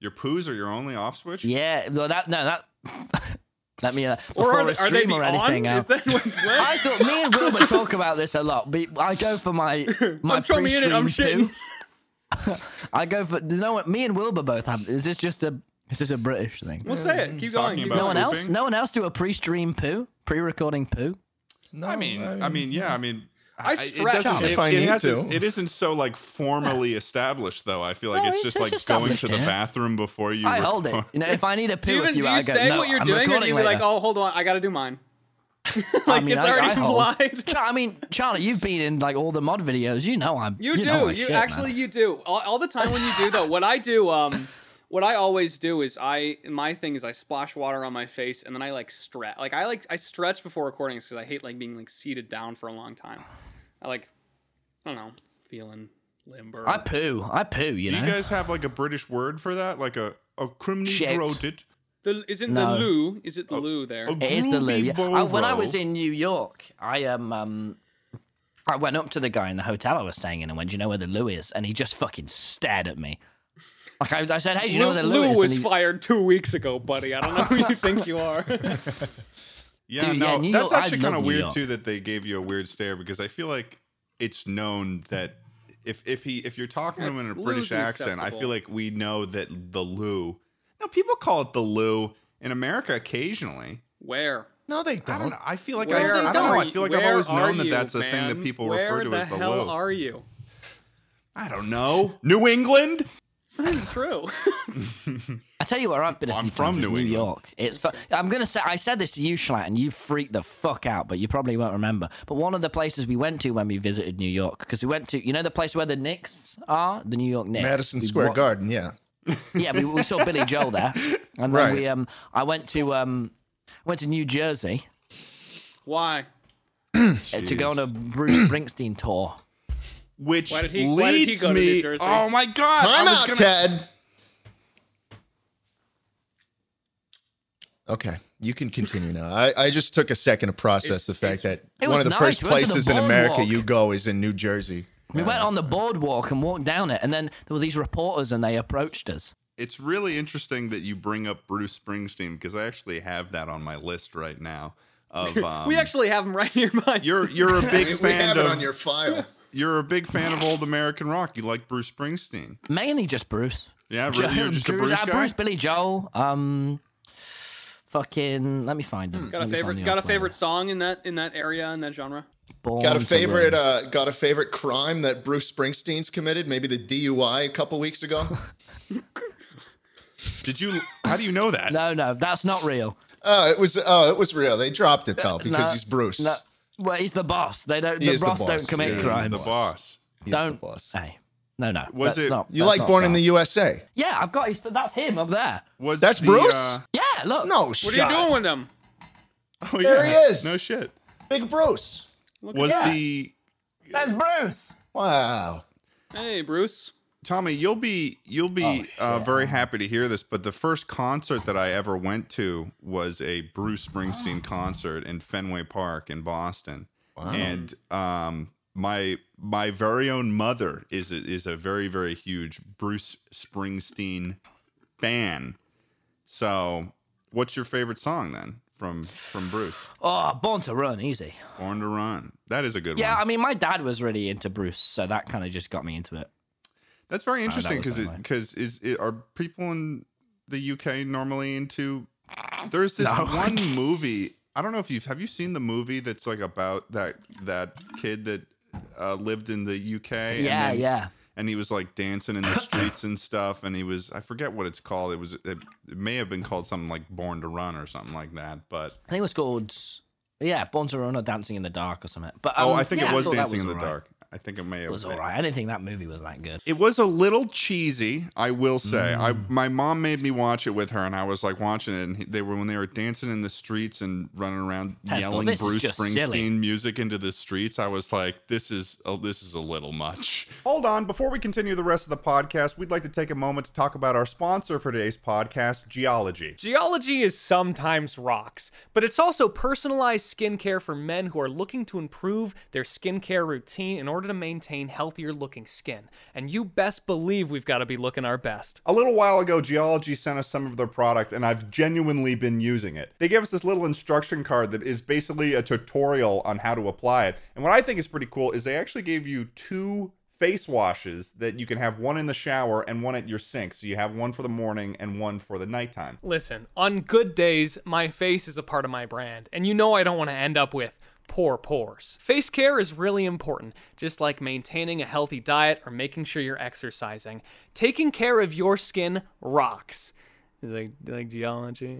your poos are your only off switch Yeah. Well, that no that. let me. Uh, or before are a they, are they stream the or on? anything Is else. that what, what? I thought me and Wilbur talk about this a lot. But I go for my my I'm throwing me in it, I'm pre-stream shitting. poo. I go for you know what? Me and Wilbur both have. Is this just a is this a British thing? Well, say it. Keep going. Talking Keep about- No going. one else. pooping? No one else do a pre-stream poo, pre-recording poo. No, i mean i mean yeah i mean I stretch doesn't- if I need hasn't- to. it isn't so like formally established though. I feel like No, it's it's- just it's like going to established, the yeah. bathroom before you. I hold it. record. You know, if I need a poo Do you, with even, you, do I you go. say no, what you're I'm doing, or do recording you be later. like, "Oh, hold on, I got to do mine"? I Like, mean, it's I, already I hold- implied. Cha- I mean, Charlie, you've been in like all the mod videos. You know I'm. You, do. know my you shit, man. actually you do. All, all the time when you do though. What I do um what I always do is I my thing is I splash water on my face and then I like stretch. Like I like I stretch before recordings cuz I hate like being like seated down for a long time. I like I don't know, feeling limber. I poo. I poo. You Do know. you guys have like a British word for that? Like a a criminy Shit. throated. the, isn't No. the loo? Is Oh. it the loo there? a It is the loo. groovy Yeah. I, when I bovo. was in New York, I um, um, I went up to the guy in the hotel I was staying in and went, "Do you know where the loo is?" And he just fucking stared at me. Like I, I said, "Hey, do you know Lou, where the loo, Lou is?" e- was and he, fired two weeks ago, buddy. I don't know who you think you are. Yeah, Dude, yeah, no, New that's York- I actually love kind of New weird York. too that they gave you a weird stare because I feel like it's known that if if he if you're talking to him in a That's British loosely accent, I feel acceptable. like we know that the loo. Now people call it the loo in America occasionally. Where? No, they I don't don't. know. I feel like Where I, I are don't know. I you- feel like I've where always known are that you, that's a thing that man? people Where refer to as the the hell loo. are you? I don't know. New England. It's not even true. I tell you where I've been. A I'm few from times, is New England. York. It's. Fu- I'm gonna say I said this to you, Schlatt, and you freaked the fuck out, but you probably won't remember. But one of the places we went to when we visited New York, because we went to, you know, the place where the Knicks are, the New York Knicks, Madison We Square wa- Garden, yeah. yeah, we, we saw Billy Joel there, and then Right. we um, I went to um, went to New Jersey Why? uh, to go on a Bruce Springsteen tour. Which Why did he- leads why did he go to New me. Jersey? oh my god! I Time was out, gonna- Ted. Okay, you can continue now. I, I just took a second to process the fact that It one was of the nice. first We went to the places in America boardwalk. you go is in New Jersey. We went on the boardwalk and walked down it, and then there were these reporters and they approached us. it's really interesting that you bring up Bruce Springsteen because I actually have that on my list right now. Of um, we actually have him right nearby. you're you're a big We fan have it of on your file. you're a big fan of old American rock. You like Bruce Springsteen, Mainly just Bruce. yeah? Really, you're just a Drew- Bruce uh, Ah, guy. Bruce, Billy Joel. Um, fucking. Let me find Hmm. him. got a favorite. Got a favorite song in that in that area in that genre. Got a favorite? Uh, got a favorite crime that Bruce Springsteen's committed? Maybe the DUI a couple weeks ago. Did you? How do you know that? no, no, that's not real. oh, it was. Oh, it was real. They dropped it though because No, he's Bruce. No, well, he's the boss. They don't. He the is the boss, boss. don't commit Yeah, he's He's crimes. the boss. He's the Don't. boss. Hey, no, no. Was that's it- not- You that's like not Born in Scar. the USA? Yeah, I've got his. That's him up there. Was That's the, Bruce? uh, Yeah, look. No What shot. are you doing with him? oh, There yeah. he is. No shit. Big Bruce. Look Was at that. the that's Bruce. Wow. that. Hey, Bruce. Tommy, you'll be you'll be uh, very happy to hear this, but the first concert that I ever went to was a Bruce Springsteen concert in Fenway Park in Boston, and um, my my very own mother is a, is a very very huge Bruce Springsteen fan. So, what's your favorite song then from from Bruce? Oh, Born to Run, easy. Born to Run. That is a good Yeah, one. I mean, my dad was really into Bruce, so that kind of just got me into it. That's very interesting Ah, was because online. because is it, are people in the UK normally into? There's this No. one movie. I don't know if you've have you seen the movie that's like about that that kid that uh, lived in the UK. yeah, and then- yeah. And he was like dancing in the streets and stuff. And he was I forget what it's called. It was it, it may have been called something like Born to Run or something like that. But I think it was called, yeah, Born to Run or Dancing in the Dark or something. But oh, um, I think yeah, it was thought that Dancing in the all right. Dark. I think it may have It was been. all right. I didn't think that movie was that good. It was a little cheesy, I will say. I Mm. my mom made me watch it with her, and I was like watching it. And he- they were when they were dancing in the streets and running around thought, yelling "This is Bruce just Springsteen silly." music into the streets. I was like, this is oh, this is a little much. Hold on, before we continue the rest of the podcast, we'd like to take a moment to talk about our sponsor for today's podcast, Geology. Geology is sometimes rocks, but it's also personalized skincare for men who are looking to improve their skincare routine in order to maintain healthier looking skin. And you best believe we've got to be looking our best. A little while ago, Geology sent us some of their product, and I've genuinely been using it. They gave us this little instruction card that is basically a tutorial on how to apply it. And what I think is pretty cool is they actually gave you two face washes that you can have one in the shower and one at your sink. So you have one for the morning and one for the nighttime. Listen, on good days, my face is a part of my brand, and you know I don't want to end up with poor pores. Face care is really important, just like maintaining a healthy diet or making sure you're exercising. Taking care of your skin rocks. He's like, like geology.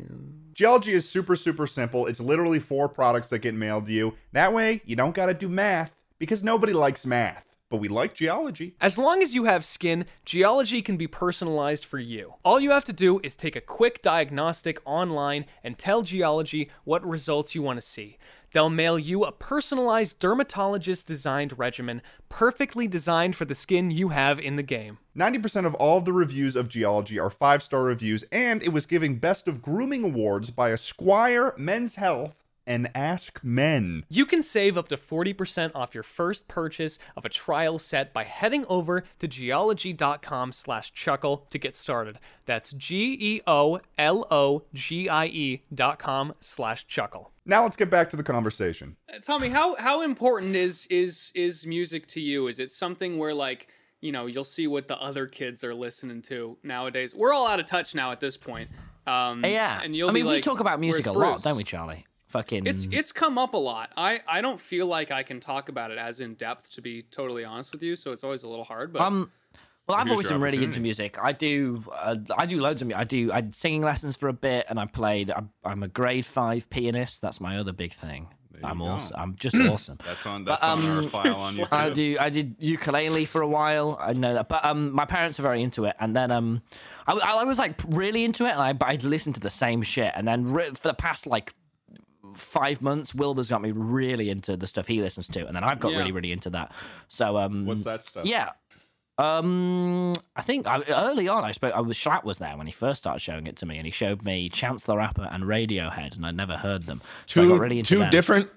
Geology is super, super simple. It's literally four products that get mailed to you. That way, you don't got to do math because nobody likes math, but we like geology. As long as you have skin, geology can be personalized for you. All you have to do is take a quick diagnostic online and tell geology what results you want to see. They'll mail you a personalized dermatologist designed regimen, perfectly designed for the skin you have in the game. 90% of all the reviews of geology are five star reviews, and it was given Best of Grooming Awards by Esquire, Men's Health, and Ask Men. You can save up to 40% off your first purchase of a trial set by heading over to geology.com slash chuckle to get started. That's E G-E-O-L-O-G-I-E E dot com slash chuckle. Now let's get back to the conversation. Uh, Tommy, how how important is is is music to you? Is it something where like you know you'll see what the other kids are listening to nowadays? We're all out of touch now at this point. Um, Yeah. and you'll I mean, be we like, talk about music a "Where's lot, Bruce?" don't we, Charlie? Fucking. It's it's come up a lot. I I don't feel like I can talk about it as in depth to be totally honest with you, so it's always a little hard. But Um, well, I've Here's always your been really into opportunity. music. I do, uh, I do loads of music. I do, I did singing lessons for a bit, and I played. I'm, I'm a grade five pianist. That's my other big thing. I'm awesome. I'm just awesome. That's on that's um, on our file on YouTube. I do. I did ukulele for a while. I know that, but um, my parents are very into it. And then um, I, I I was like really into it, and I but I'd listen to the same shit. And then re- for the past like five months, Wilbur's got me really into the stuff he listens to, and then I've got Yeah. really really into that. So um, What's that stuff? yeah. Um, I think I, early on I spoke. I was Schlatt was there when he first started showing it to me, and he showed me Chance the Rapper and Radiohead, and I'd never heard them. So I Two got really into two them. different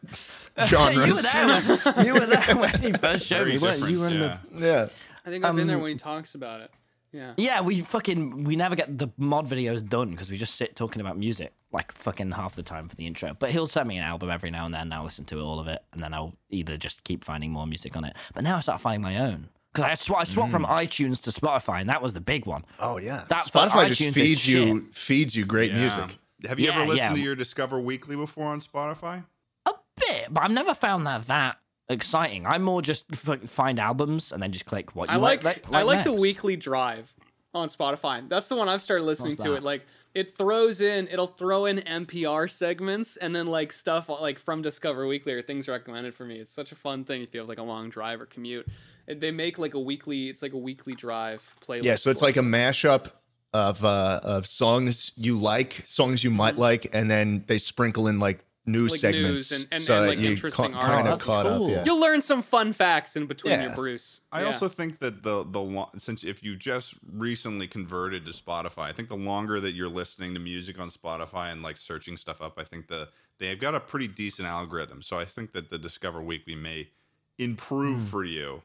You were genres. there. When, you were there when he first showed Very me. weren't different, You You were in yeah. the yeah. I think I've been um, there when he talks about it. Yeah. yeah. We fucking we never get the mod videos done because we just sit talking about music like fucking half the time for the intro. But he'll send me an album every now and then. and I'll listen to all of it, and then I'll either just keep finding more music on it. But now I start finding my own because I sw- I Mm. swapped from iTunes to Spotify, and that was the big one. Oh yeah. That for Spotify just iTunes is feeds you feeds you great music. Have you Yeah, ever listened yeah. to your Discover Weekly before on Spotify? a bit, but I've never found that that exciting. I more just f- find albums and then just click what you I like, I like the next. weekly drive on Spotify. That's the one I've started listening What's to. that? It like it throws in it'll throw in NPR segments and then like stuff like from Discover Weekly or things recommended for me. It's such a fun thing if you have like a long drive or commute. And They make like a weekly. It's like a weekly drive playlist. Yeah, so it's for like a mashup of uh of songs you like, songs you might like, and then they sprinkle in like news Mm-hmm. Like segments news and- and- so and, that like, you interesting ca- kind of articles. caught Cool. up. Yeah. You'll learn some fun facts in between Yeah. your Bruce. I Yeah. also think that the the lo- since if you just recently converted to Spotify, I think the longer that you're listening to music on Spotify and like searching stuff up, I think the they've got a pretty decent algorithm. So I think that the Discover Weekly may improve for you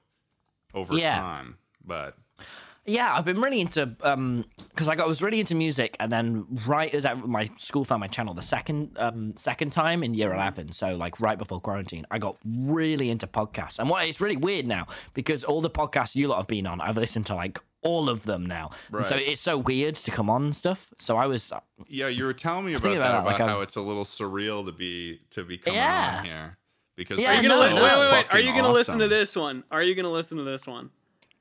over Hmm. Yeah. time. But Yeah, I've been really into um because like I was really into music, and then right as I, my school found my channel the second um second time in Mm. year eleven, so like right before quarantine, I got really into podcasts. And what it's really weird now because all the podcasts you lot have been on, I've listened to like all of them now. And so Right. it's so weird to come on and stuff. So I was yeah, you were telling me about that thinking about, about that, like, how I've- it's a little surreal to be to be coming Yeah. on here because Yeah, Are they're you gonna No, li- so no. wait, wait, wait. Are fucking you gonna listen to awesome. this one? Are you gonna listen to this one?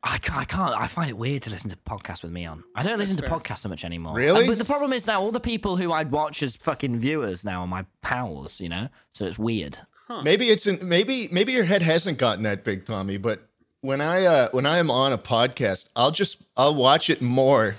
I can't, I can't. I find it weird to listen to podcasts with me on. I don't listen to podcasts so much anymore. Really? And- But the problem is now all the people who I'd watch as fucking viewers now are my pals, you know? So it's weird. Maybe it's an, maybe maybe your head hasn't gotten that big, Tommy. But when I uh, when I am on a podcast, I'll just I'll watch it more.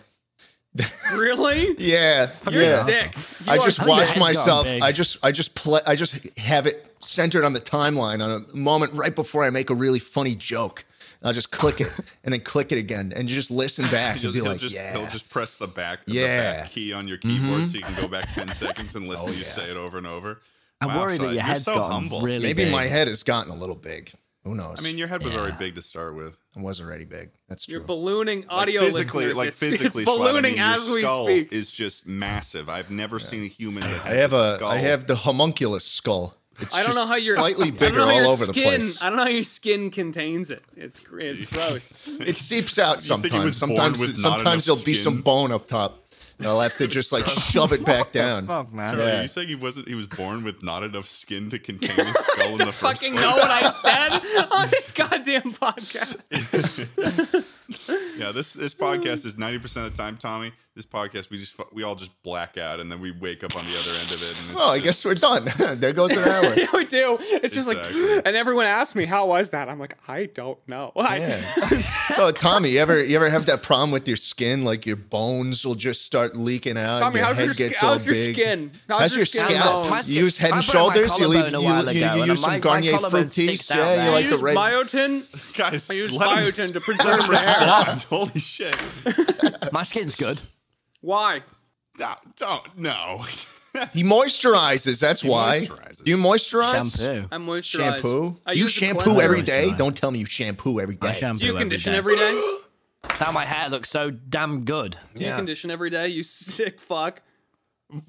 Really? Yeah, You're yeah. sick. You I are just sick. your watch head's myself. gotten big. I just I just play. I just have it centered on the timeline on a moment right before I make a really funny joke. I'll just click it and then click it again and you just listen back He'll, and be he'll like, just, yeah. he'll just press the back, the Yeah. Mm-hmm. Oh, back key on your keyboard so you can go back 10 seconds and listen to you say it over and over. I'm Wow, worried Shai, that your you're head's so gotten humble. really Maybe big. my head has gotten a little big. Who knows? I mean, your head was already big to start with. it was already big. That's true. You're ballooning audio physically, listeners. like it's, physically, it's ballooning Schlatt, I mean, as your we skull speak. is just massive. I've never seen a human that I has have a skull. I have the homunculus skull. It's I don't just know how your slightly I don't bigger know how all your over the skin, place. I don't know how your skin contains it. It's gr- it's gross. It seeps out You think he was sometimes. born Sometimes with not sometimes enough there'll be some skin? bone up top. And I'll have to just like shove it back down. Fuck, man. Charlie, Yeah. Are you saying he wasn't? He was born with not enough skin to contain his skull in the to first fucking place? know what I said on this goddamn podcast. Yeah, this this podcast is ninety percent of the time, Tommy. This podcast we just fu- we all just black out and then we wake up on the other end of it. And it's Well, I just- guess we're done. there goes an hour. yeah, we do. It's just Exactly. like, and everyone asks me, "How was that?" I'm like, I don't know. I, Yeah. so Tommy, you ever you ever have that problem with your skin? Like your bones will just start leaking out. and Tommy, your how's head your, skin? gets all how's your big. skin? How's, How's your skin? scalp? going? My You use Head I and broke my Shoulders? You leave- collarbone a you- while you- ago, you and use some my- my Garnier collarbone Fructis? sticks out Yeah, you there. like I the use red- biotin. guys, I use let him biotin to preserve my hair. respond. Holy shit! My skin's good. Why? No, don't no. He moisturizes. That's why. moisturizes. Do you moisturize? Shampoo. I moisturize. Shampoo. I you use a shampoo cleanser. every day. Moisturize. Don't tell me you shampoo every I day. shampoo Do you every condition day. every day? That's how my hair looks so damn good. Do you Yeah. condition every day? You sick fuck.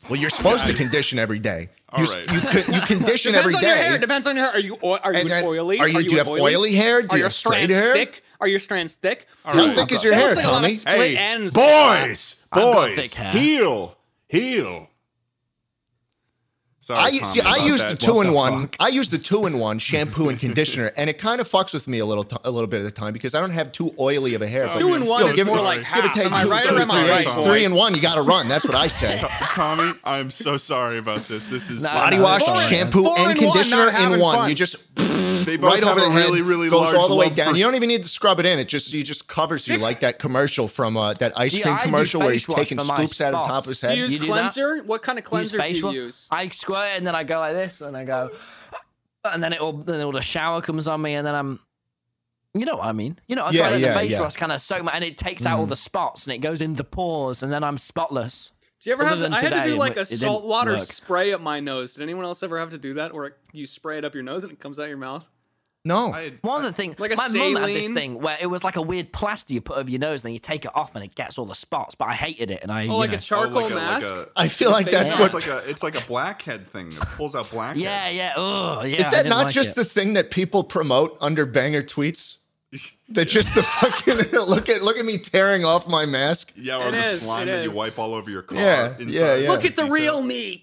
Well, you're supposed to condition every day. All you, right. you, con- you condition every Depends on your day. hair. Depends on your hair. Are you oi- are you And then- oily? Are you, do you have oily, hair? Do Are you your have straight strands hair? thick? Are your strands thick? How All right. thick is your It hair, looks like a lot of Tommy? split ends. boys, I've got boys, thick hair. heal, heal. Sorry, I Tommy, see. I about use the that. two What in the one. fuck? I use the two in one shampoo and conditioner, and it kind of fucks with me a little, t- a little bit of the time because I don't have too oily of a hair. Tommy, Two I'm and one so Yo, is give more it, like half. give or take Am I two, right two, or am I three, right? Tommy? three and one. You got to run. That's what I say. Tommy, I'm so sorry about this. This is No, Body no, wash, Four in- shampoo, four in and one, conditioner not having in one. fun. You just They both right have over the a head, really, really goes large all the way love down. for- You don't even need to scrub it in. It just you just covers you, Six- like that commercial from uh, that ice Yeah, cream I do commercial where he's face wash taking for my scoops out of the top of his spots. Do head. you use You do that? cleanser? What kind of cleanser do Use you facial. use? I squirt and then I go like this and I go, and then it all then all the shower comes on me and then I'm, you know what I mean? You know, that's Yeah, why I let yeah, the face yeah. Mm. wash kind of soak my, and it takes out all the spots and it goes in the pores and then I'm spotless. Do you ever Other have? than I had to today, do like it a didn't salt water work. spray up my nose. Did anyone else ever have to do that, where you spray it up your nose and it comes out your mouth? No, I- One of the things, Like a my mum had this saline? thing where it was like a weird plaster you put over your nose, and then you take it off and it gets all the spots. But I hated it, and I, Oh, you like know, a charcoal oh, like a- like mask. a- I feel like face that's it's wash. what like a it's like a blackhead thing that pulls out blackheads. yeah, yeah, oh, yeah. Is I that didn't not like just it. the thing that people promote under banger tweets? That just the fucking look at look at me tearing off my mask. Yeah, or It the is, slime it that you is. wipe all over your car. Yeah, inside. yeah, yeah. Look at the Detail. real me.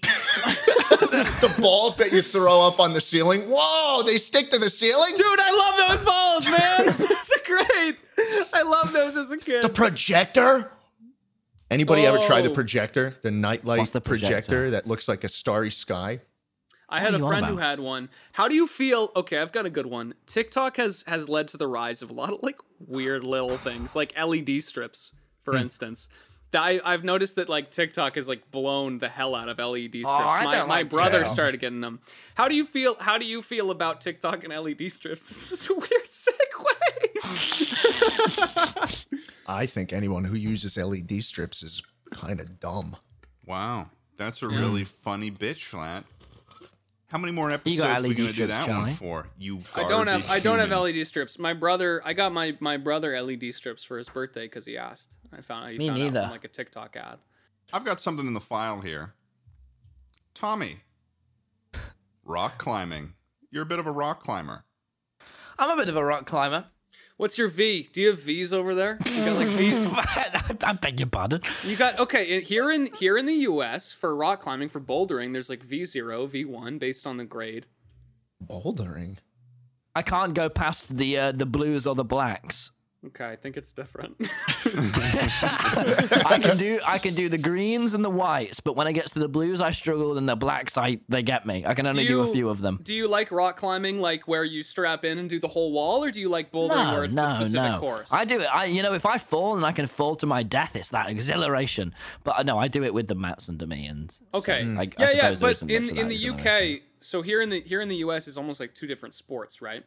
The balls that you throw up on the ceiling. Whoa, they stick to the ceiling. Dude, I love those balls, man. Those are great. I love those as a kid. The projector. Anybody ever try the Oh. projector? The nightlight What's the projector? projector? that looks like a starry sky. I had are a you on friend who about? had one. How do you feel? Okay, I've got a good one. TikTok has has led to the rise of a lot of like weird little things, like LED strips, for Hmm. instance. That I, I've noticed that like TikTok has like blown the hell out of LED strips. I my don't my like brother TikTok. started getting them. How do you feel? How do you feel about TikTok and LED strips? This is a weird segue. I think anyone who uses LED strips is kind of dumb. Wow, that's a really funny bitch, flat. How many more episodes got are we LED gonna do strips, that Charlie. one for? You I don't have garbage I don't have human. LED strips. My brother, I got my my brother LED strips for his birthday because he asked. I found he Me found out neither. from, like a TikTok ad. I've got something in the file here. Tommy, rock climbing. You're a bit of a rock climber. I'm a bit of a rock climber. What's your V? Do you have V's over there? You got like V's. I beg your pardon. You got okay i- here in here in the U.S. for rock climbing for bouldering. There's like V zero, V one based on the grade. Bouldering. I can't go past the uh, the blues or the blacks. Okay, I think it's different. I can do I can do the greens and the whites, but when it gets to the blues, I struggle, and the blacks, I they get me. I can only do, you- a few of them. do you like rock climbing like where you strap in and do the whole wall, or do you like bouldering No, where it's the no, specific no. course? I do it. I, you know, if I fall and I can fall to my death, it's that exhilaration. But uh, no, I do it with the mats under me, and Okay. Mm, I- I yeah, suppose yeah, there but isn't much in of in that the exhilaration. UK, so here in the here in the US is almost like two different sports, right?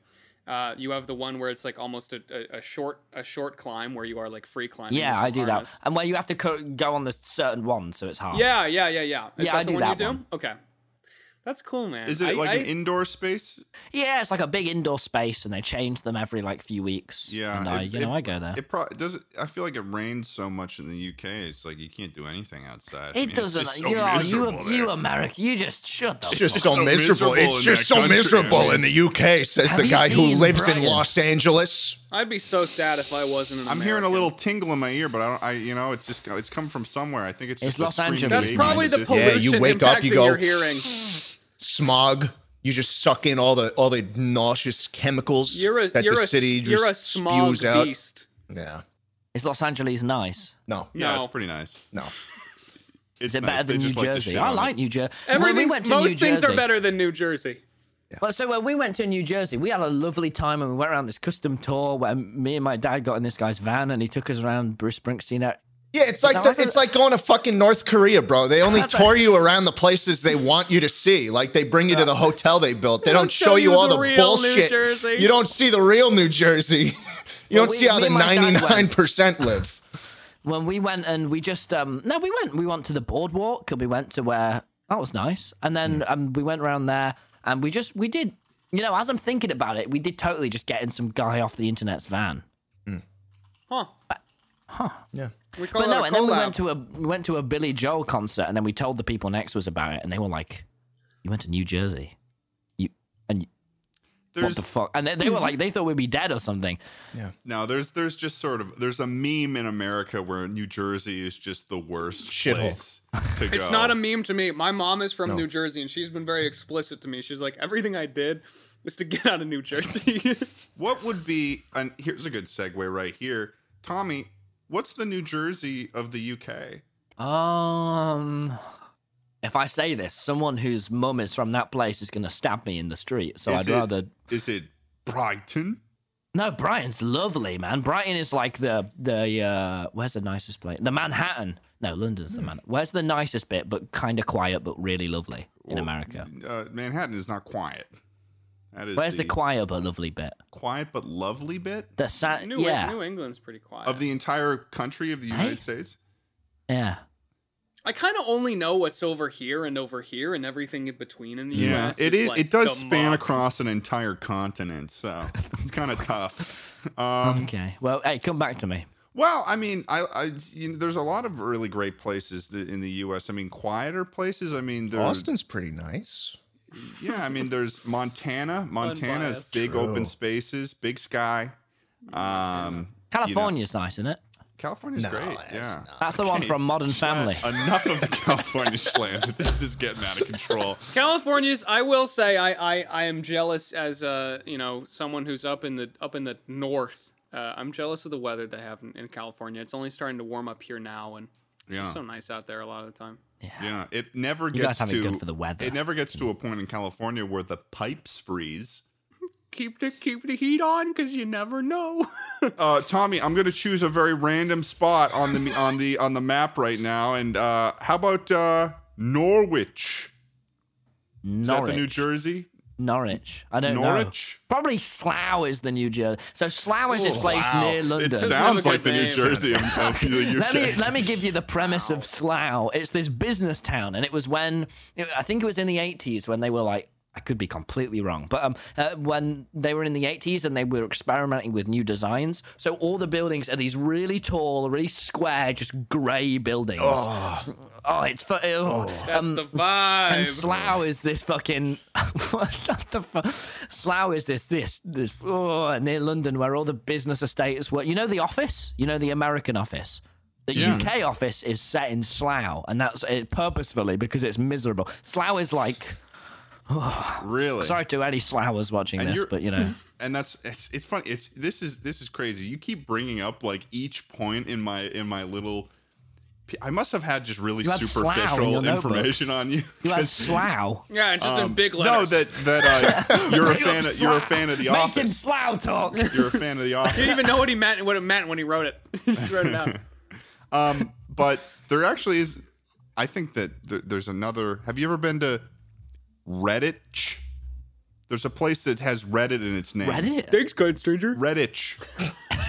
Uh, you have the one where it's like almost a, a, a short a short climb where you are like free climbing. yeah, with I a do harness. that, and where you have to co- go on the certain one, so it's hard. Yeah, yeah, yeah, yeah. Is Oh. Yeah, that I the do one you that do? one. Okay. That's cool, man. Is it I- like I- an indoor space? yeah, it's like a big indoor space, and they change them every like few weeks. Yeah, and it- I, you know, it- I go there. It probably doesn't. I feel like it rains so much in the UK. It's like you can't do anything outside. I It mean, it's doesn't. just eh? so you, are, you, miserable you there. American, you just shut the It's just fuck so, so miserable miserable. It's in just that so country, I miserable mean. in the UK, says Have the you guy who seen lives in Brian? Los Angeles. I'd be so sad if I wasn't an I'm hearing a American. little tingle in my ear, but I don't. I you know, it's just it's come from somewhere. I think it's It's just a Los screaming Angeles. That's baby probably the that's Yeah, pollution you wake up, you impacting go- your hearing. Smog. You just suck in all the all the nauseous chemicals You're a that you're the a city you're a just smog spews out. beast. Yeah. Is Los Angeles nice? No, Yeah, No. it's pretty nice. no. It's Is it nice. better than They New just like to Jersey? shit I on it. like New Jer- When we Everything's went to New Jersey. most things are better than New Jersey. Well, so when we went to New Jersey, we had a lovely time and we went around this custom tour where me and my dad got in this guy's van and he took us around Bruce Springsteen. At- Yeah, it's like That the, was a- it's like going to fucking North Korea, bro. They only That's tour you around the places they want you to see. Like they bring you to the hotel they built. They don't show you all the, real New bullshit. Jersey. You don't see the real New Jersey. You don't we- see how me the and my dad ninety went. nine percent live. when we went and we just um no, we went we went to the boardwalk and we went to where that was nice, and then Mm. um we went around there and we just we did you know as I'm thinking about it, we did totally just get in some guy off the internet's van. Huh. Yeah. We call But it no, a and then we collab. went to a we went to a Billy Joel concert, and then we told the people next to us about it, and they were like, "You went to New Jersey, you and you- what There's the fuck?" And they, they were like, they thought we'd be dead or something. no, there's there's just sort of there's a meme in America where New Jersey is just the worst Shithole. place to go. It's not a meme to me. My mom is from New Jersey, and she's been very explicit to me. She's like, everything I did was to get out of New Jersey. What would be and here's a good segue right here, Tommy. What's the New Jersey of the UK? Um, if I say this, someone whose mum is from that place is going to stab me in the street. So Is I'd it- rather Is it Brighton? no. Brighton's lovely, man. Brighton is like the the uh, where's the nicest place? The Manhattan. No, London's the man. Where's the nicest bit, but kind of quiet, but really lovely in America? Uh, Manhattan is not quiet. That is Where's the quiet but lovely bit? quiet but lovely bit The sa- New, Uh, yeah, New England's pretty quiet. of the entire country of the United States. yeah. I kind of only know what's over here and over here and everything in between in the Yeah, U.S. it is is. like it does the span muck. across an entire continent, so it's kind of tough. Um, Okay. Well, hey, come back to me. Well, I mean, I, I you know, there's a lot of really great places th- in the U.S. I mean, quieter places. I mean, Hmm. there's Austin's pretty nice. yeah. I mean, there's Montana. Montana is biased. big open True. spaces, big sky. Um, California's nice, isn't it? California's No, great. it's Yeah. That's the one from Modern Family. Enough of the California slam. This is getting out of control. California's. I will say, I, I, I am jealous as a you know someone who's up in the up in the north. Uh, I'm jealous of the weather they have in, in California. It's only starting to warm up here now, and it's Yeah. so nice out there a lot of the time. Yeah, it never You gets guys have to it good for the weather. Hmm. It never gets to a point in California where the pipes freeze. Keep the keep the heat on, cause you never know. Uh, Tommy, I'm going to choose a very random spot on the on the on the map right now, and uh, how about uh, Norwich? Is that Norwich. the New Jersey? Norwich. I don't know. Norwich? Oh, Probably Slough is the New Jersey. So Slough is this place Slough. near London. It sounds a like the good New name. Jersey of, of the UK. let me let me give you the premise of Slough. It's this business town, and it was when I think it was in the eighties when they were like. I could be completely wrong, but um, uh, when they were in the 80s and they were experimenting with new designs, so all the buildings are these really tall, really square, just grey buildings. Oh, it's fu- oh. That's Um, the vibe. And Slough is this fucking what the fuck? Slough is this this this oh, near London where all the business estates were. You know the office. You know the American office. The UK office is set in Slough, and that's it purposefully because it's miserable. Slough is like really? sorry to any Sloughers watching And this, you're- but you know And that's it's, it's funny. It's this is this is crazy. You keep bringing up like each point in my in my little. I must have had just really You have Slough in superficial your notebook. information on you. you have 'cause- Slough. yeah, it's just in big letters. um, No, that that uh, you're a fan. Of, you're a Slough. fan of the Make him Office. Slough talk. You're a fan of the Office. didn't even know what he meant. What it meant when he wrote it. he just wrote it out. Um, but there actually is. I think that there, there's another. Have you ever been to Redditch? There's a place that has Reddit in its name. Reddit, Thanks, kind stranger. Redditch.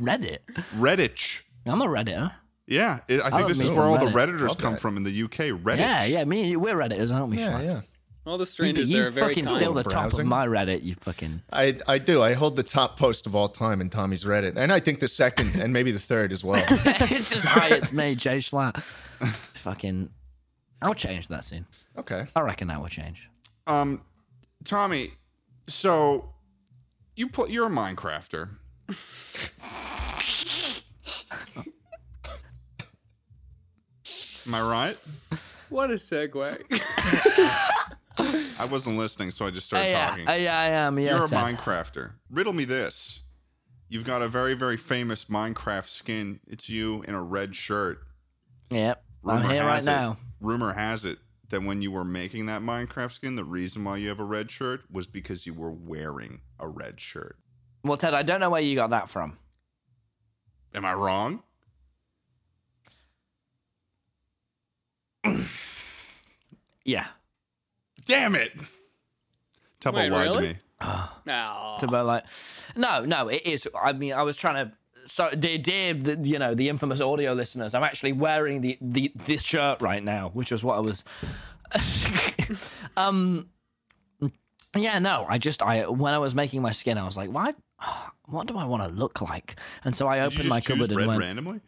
Reddit. Redditch. I'm a Redditor. Yeah, it, I think Oh, this is amazing. where all the Reddit. Redditors Love come that. from in the UK. Reddit. Yeah, yeah. Me and you, we're Redditors, aren't we? Yeah, Sean? yeah. All the You, but strangers there you are very fucking kind. steal the top of Browsing. my Reddit, you fucking. I, I do. I hold the top post of all time in Tommy's Reddit. And I think the second and maybe the third as well. it's just hi, it's me, Jay Schlatt. Fucking, I'll change that soon. Okay. I reckon that will change. Um, Tommy, so you put you're a Minecrafter. Am I right? What a segue. I uh, wasn't listening, so I just started Yeah, talking. I, I am. Yeah, you're a sir. Minecrafter. Riddle me this: You've got a very, very famous Minecraft skin. It's you in a red shirt. Yep. I'm Rumor here right has it- now. Rumor has it that when you were making that Minecraft skin, the reason why you have a red shirt was because you were wearing a red shirt. Well, Ted, I don't know where you got that from. Am I wrong? Yeah. Damn it! Tubbo Wait, lied really? to me. No. to be like, no, no, it is. I mean, I was trying to. So, dear, dear, the, you know, the infamous audio listeners, I'm actually wearing the, the this shirt right now, which was what I was. um, yeah, no, I just I when I was making my skin, I was like, why, what do I want to look like? And so I Did you opened just my choose cupboard and red went, randomly?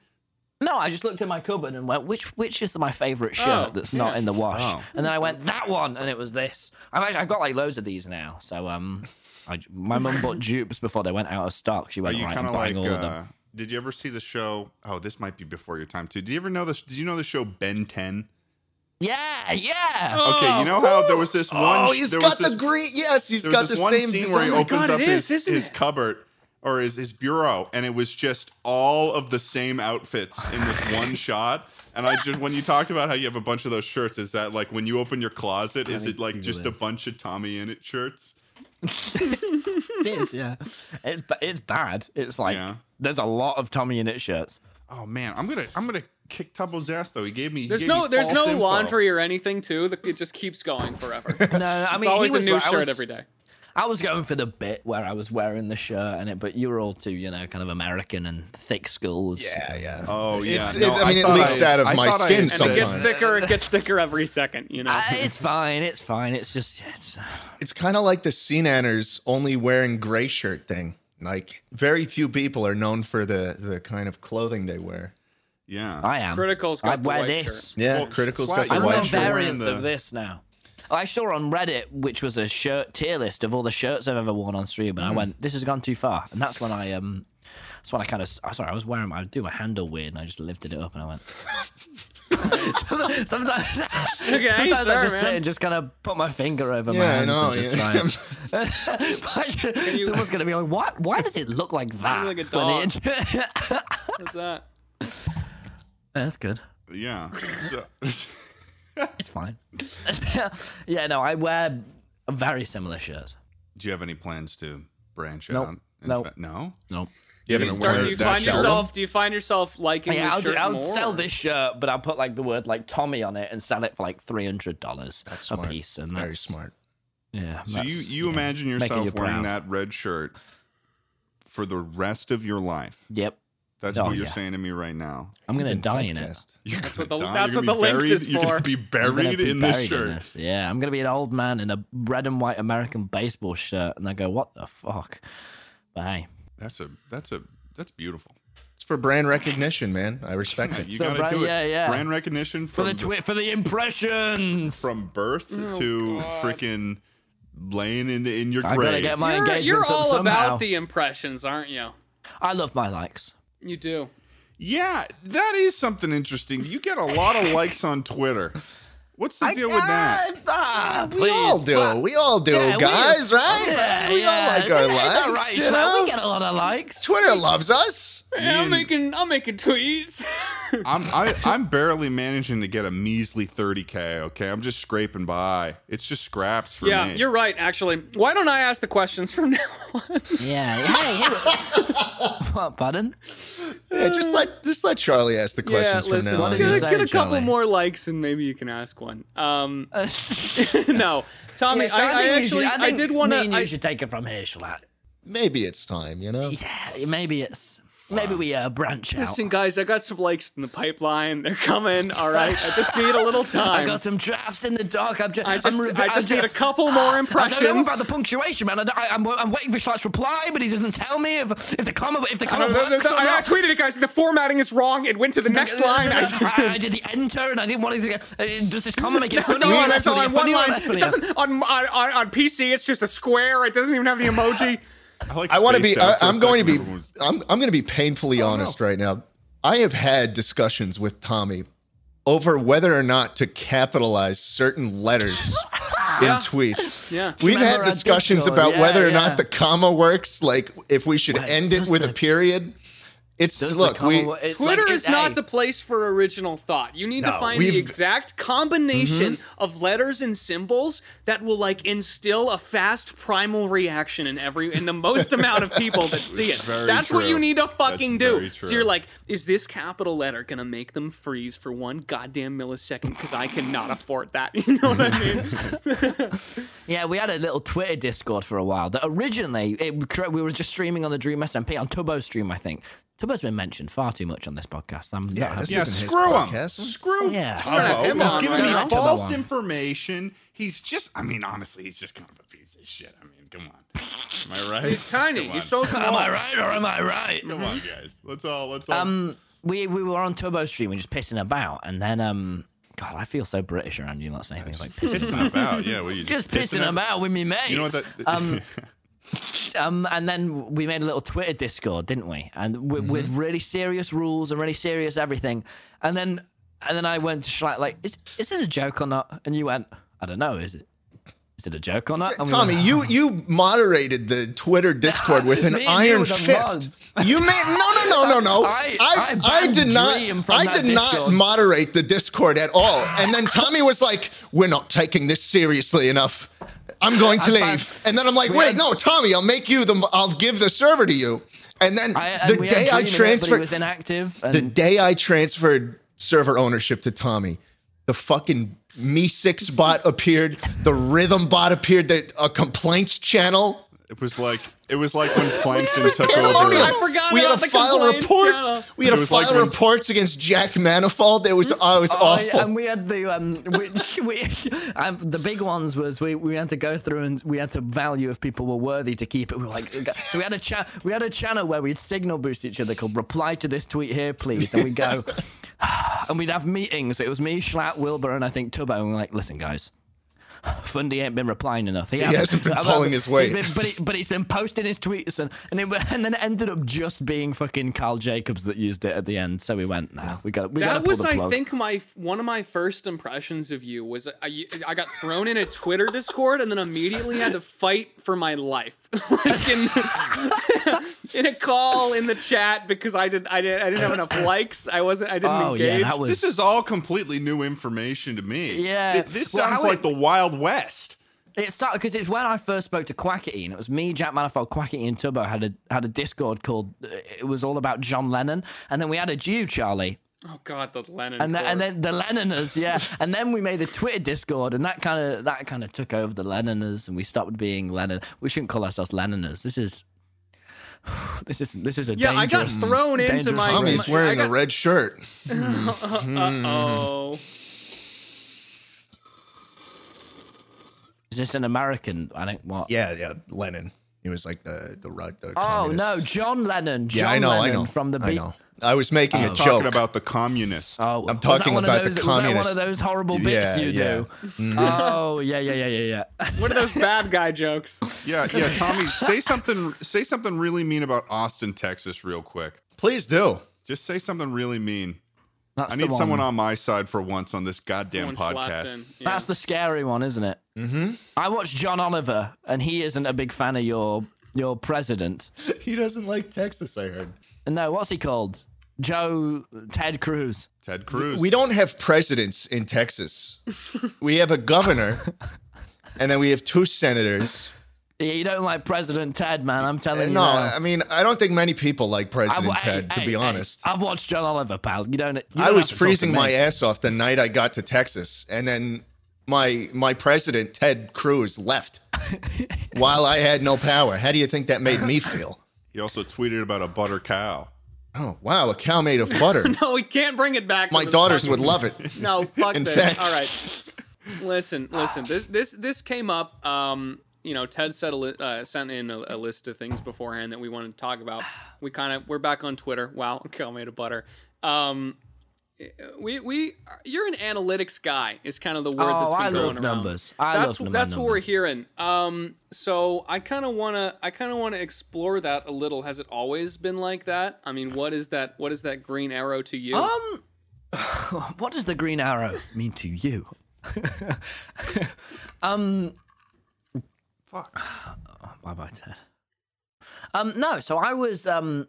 no, I just looked in my cupboard and went, which which is my favorite shirt Oh, that's not in the wash? Oh. And then I went that one, and it was this. I've actually I've got like loads of these now. So um, I, my mum bought dupes before they went out of stock. She Are went you right kind of and buying like? all of them. Uh, did you ever see the show? Oh, this might be before your time too. Did you ever know this? Did you know the show Ben Ten? Yeah, yeah. Okay, you know how there was this one. oh, he's there was got the this- green. Yes, he's There got was the this one same scene where he design. Oh opens God, up it his, is, isn't his it? cupboard or his, his bureau, and it was just all of the same outfits in this one shot. And I just when you talked about how you have a bunch of those shirts, is that like when you open your closet, is it like just a bunch of Tommy Innit shirts? It is, yeah. It's ba- it's bad. It's like Yeah. there's a lot of Tommy in it shirts. Oh man, I'm gonna I'm gonna kick Tubbo's ass though. He gave me he There's gave no me there's false no info. laundry or anything too. The- It just keeps going forever. No, no, I mean it's always he was a new right. I shirt was- every day. I was going for the bit where I was wearing the shirt and it, but you were all too, you know, kind of American and thick skulls. Yeah, yeah. Oh yeah, It's, no, it's, I mean, it thought leaks I- out of I my thought I skin had And it said- gets sometimes. thicker. It gets thicker every second. You know. Uh, it's fine. It's fine. It's just it's, It's kind of like the CNNers only wearing gray shirt thing. Like, very few people are known for the the kind of clothing they wear. Yeah, I am. Critical's got I the wear white this. Yeah, Well, Critical's Slack- got I the don't I'm white on know shirt. Barry- variants Wearing the- of this now. I saw on Reddit, which was a shirt tier list of all the shirts I've ever worn on stream, Mm. and I went, "This has gone too far." And that's when I um, that's when I kind of sorry, I was wearing my I do my handle weird, and I just lifted it up, and I went. sometimes, sometimes I fair, just sit man. and just kind of put my finger over my Yeah, I hands know, and just yeah. try. it. Someone's gonna be like, "What? Why does it look like that?" like a when it- What's that? that's good. yeah. So- It's fine. yeah, no, I wear very similar shirts. Do you have any plans to branch out? Nope. In Nope. fact- no. No. You Do you haven't start- worn Do Where's you that find shirt. yourself? Do you find yourself liking Yeah, I'll, this do, shirt I'll more? sell this shirt, but I'll put like the word like Tommy on it and sell it for like three hundred dollars a That's smart. piece. And Very that's smart. yeah. So that's- you you yeah, imagine making yourself you wearing proud. that red shirt for the rest of your life. Yep. That's Oh, what you're yeah. saying to me right now. I'm gonna die in it. Podcast. You're That's gonna what the- die, that's you're what gonna be the links buried, is You're gonna for. be I'm gonna buried be in buried this in shirt. this. Yeah, I'm gonna be an old man in a red and white American baseball shirt, and I go, "What the fuck?" But hey, That's a that's a that's beautiful. It's for brand recognition, man. I respect it. You So gotta brand- do it. yeah, yeah. Brand recognition for from the twi- for the impressions, from birth Oh, to freaking laying in in your I gotta grave. get my You're, engagements you're up all somehow. about the impressions, aren't you? I love my likes. You do. yeah, that is something interesting. You get a lot of likes on Twitter. What's the deal with that? Ah, we all please, do. fuck. We all do, Yeah, we- guys, right? we all like our Isn't that lives. right, you Sean? know? We get a lot of likes. Twitter loves us. Yeah, I'm making I'm making tweets. I'm I, I'm barely managing to get a measly 30k. Okay, I'm just scraping by. It's just scraps for yeah, me. you're right. Actually, why don't I ask the questions from now on? Yeah. Hey, hey. what, pardon? Yeah, just let just let Charlie ask the questions yeah, from listen, now on. what Get, did you a- say, get a couple Charlie? more likes and maybe you can ask one. Um, Tommy, no, Tommy, I, I, actually I, did want Me and you to. should take it from here, Shalat. Maybe it's time, you know. Yeah, maybe it's maybe we uh, branch out. Listen, guys, I got some likes in the pipeline. They're coming. All right, I just need a little I time. got some drafts in the dark. I'm just, I I'm just- re- I I'm just need a couple more I don't know impressions. about the punctuation, man. I, don't- I, am I'm waiting for Shalat's reply, but he doesn't tell me if if the comma if the I, comma don't know, works or Uh, I, I not. tweeted it, guys. The formatting is wrong. It went to the next line. I, I did the enter, and I didn't want it to get. Uh, does this comma make it funny? No, or and I less saw funny? on one Funny or line. less It funny? doesn't on, on on on PC. It's just a square. It doesn't even have the emoji. I, like I want to spaced be. out I, for a I'm going second. to be. Everyone's- I'm I'm going to be painfully honest right now. I have had discussions with Tommy over whether or not to capitalize certain letters in tweets. Yeah. We've Remember had on discussions Discord, about yeah, whether or yeah. not the comma works, like if we should Wait, end it does with a the- period. It's Does the look, comma we wo- it- Twitter like, is it- not hey, the place for original thought. You need to No, find we've- the exact combination Mm-hmm. of letters and symbols that will like instill a fast primal reaction in every in the most amount of people that see it. It's very That's what true. you need to fucking That's do. very So true. you're like, is this capital letter gonna make them freeze for one goddamn millisecond? Because I cannot afford that. You know what I mean? Yeah, we had a little Twitter Discord for a while. That originally, it, we were just streaming on the Dream SMP on Tubbo's stream, I think. Tubbo's been mentioned far too much on this podcast. I'm Yeah, this Yeah, isn't his screw him. podcast. Screw Yeah. Turn Tubbo. him He's on giving right me now. false Tubbo on. information. He's just, I mean, honestly, he's just kind of a piece of shit. I mean, come on. Am I right? He's tiny. Come He's on. so small. right or am I right? Come on, guys. Let's all, let's all. Um, we we were on Turbo Stream, we were just pissing about, and then um, God, I feel so British around you not saying things like pissing. pissing about. Yeah, what are you Just pissing it- about with me mate. You know what that. um, um, and then we made a little Twitter Discord, didn't we? And wi- Mm-hmm. with really serious rules and really serious everything. And then and then I went to Schlatt like, is is this a joke or not? And you went, I don't know, is it? Is it a joke or not? And we Tommy, went, you you moderated the Twitter Discord with an Me and you iron were the fist. You made no no no no no. I- I I I, banned did not Dream from I that did Discord. not moderate the Discord at all. And then Tommy was like, "We're not taking this seriously enough. I'm going to I leave." banned- and then I'm like, we "Wait, had- no, Tommy, I'll make you the I'll give the server to you." And then I, and the we had day I Dream in it, but he transferred was inactive. And the day I transferred server ownership to Tommy, the fucking Me Six bot appeared, the Rhythm bot appeared, the a complaints channel. it was like it was like when Plankton took over. Pandemonium. I forgot we had about to the file complaints reports. channel. We had It to was like file when- reports against Jack Manifold. It was, oh, it was Oh, yeah, awful. and we had the um, we, we um, the big ones was we, we had to go through and we had to value if people were worthy to keep it. We were like, so we had a chat, we had a channel where we'd signal boost each other called "Reply to this tweet here, please," and we would go, and we'd have meetings. It was me, Schlatt, Wilbur, and I think Tubbo, and we're like, listen, guys. Fundy ain't been replying enough. He, hasn't been pulling his weight. He's been- but, he, but he's been posting his tweets, and and, it, and then it ended up just being fucking Carl Jacobs that used it at the end. So we went, nah, we got we gotta that pull was the i plug. think my one of my first impressions of you was i, I got thrown in a twitter discord and then immediately had to fight for my life like in, in a call in the chat because i did i didn't i didn't have enough likes i wasn't i didn't Oh engage yeah, that was This is all completely new information to me. Yeah. Th- this Well, sounds how like it- the Wild West. It started because it's when I first spoke to Quackity, and it was me, Jack Manifold, Quackity, and Tubbo had a had a Discord called. uh, It was all about John Lennon, and then we added you, Charlie, oh god the lennon and then, and then chord. the Lennoners, yeah, and then we made the Twitter Discord, and that kind of that kind of took over the Lennoners, and we stopped being Lennon. We shouldn't call ourselves Lennoners. This is this is this is a yeah i got dangerous- thrown into dangerous my road. Tommy's my- wearing I a got- red shirt. uh-oh Is this an American? I don't what. Yeah, yeah, Lennon. He was like the the, ru- the Oh communist. no, John Lennon. John Yeah, I know, Lennon I know. from the Uh, I Beat- know. I was making a Talking joke. about the communists. Oh, I'm was that talking one of about the those- was that one of communist- those horrible bits Yeah, Mm-hmm. you yeah. do. Oh, yeah, yeah, yeah, yeah, yeah. what are those bad guy jokes Yeah, yeah. Tommy, say something. Say something really mean about Austin, Texas, real quick. Please do. Just say something really mean. That's I the need one. someone on my side for once on this goddamn Someone flats podcast. in. Yeah. That's the scary one, isn't it? Mm-hmm. I watched John Oliver, and he isn't a big fan of your your president. He doesn't like Texas. I heard. No, what's he called? Joe Ted Cruz. Ted Cruz. We don't have presidents in Texas. we have a governor, and then we have two senators. Yeah, you don't like President Ted, man. I'm telling you. no, now. I mean, I don't think many people like President I've- hey, Ted, to hey, be hey, honest. I've watched John Oliver, pal. You don't. You don't I have was to talk to freezing me. my ass off the night I got to Texas, and then my my president Ted Cruz left while I had no power. How do you think that made me feel? He also tweeted about a butter cow. Oh wow, a cow made of butter. no we can't bring it back My to the daughters fucking- would love it. No, fuck In this. fact- All right. Listen, listen. This this this came up. Um, you know, Ted said a li- uh, sent in a, a list of things beforehand that we wanted to talk about. We kind of we're back on Twitter. Wow, cow made of butter. Um, we we you're an analytics guy. Is kind of the word Oh, that's been I thrown love around. numbers. I that's love that's what we're numbers. hearing. Um, so I kind of wanna I kind of wanna explore that a little. Has it always been like that? I mean, what is that? Oh, What is that green arrow to you? Um, what does the green arrow mean to you? um, bye bye Ted. Um, no, so I was um,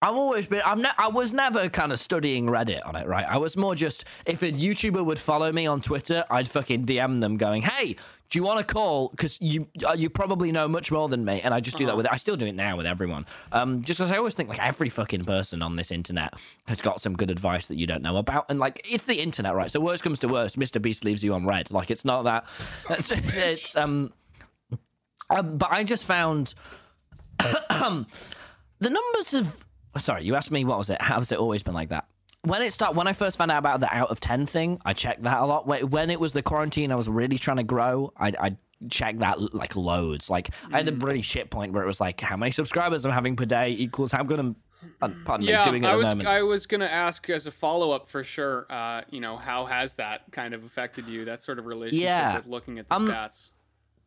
I've always been I've ne- I was never kind of studying Reddit on it, right? I was more just if a YouTuber would follow me on Twitter, I'd fucking DM them going, "Hey, do you want to call? Because you uh, you probably know much more than me." And I just do that with I still do it now with everyone, um, just because I always think like every fucking person on this internet has got some good advice that you don't know about, and like it's the internet, right? So worst comes to worst, Mr. Beast leaves you on red. Like it's not that. It's, it's um. Um, but I just found the numbers of. oh, Sorry, you asked me what was it? How's it always been like that? When it start, when I first found out about the out of ten thing, I checked that a lot. When when it was the quarantine, I was really trying to grow. I I checked that like loads. Like I Mm. had a really shit point where it was like, how many subscribers I'm having per day equals how good I'm. uh, Pardon yeah, me, doing at I the was moment. I was gonna ask as a follow up for sure. Uh, you know, how has that kind of affected you? That sort of relationship Yeah. Um, with looking at the stats.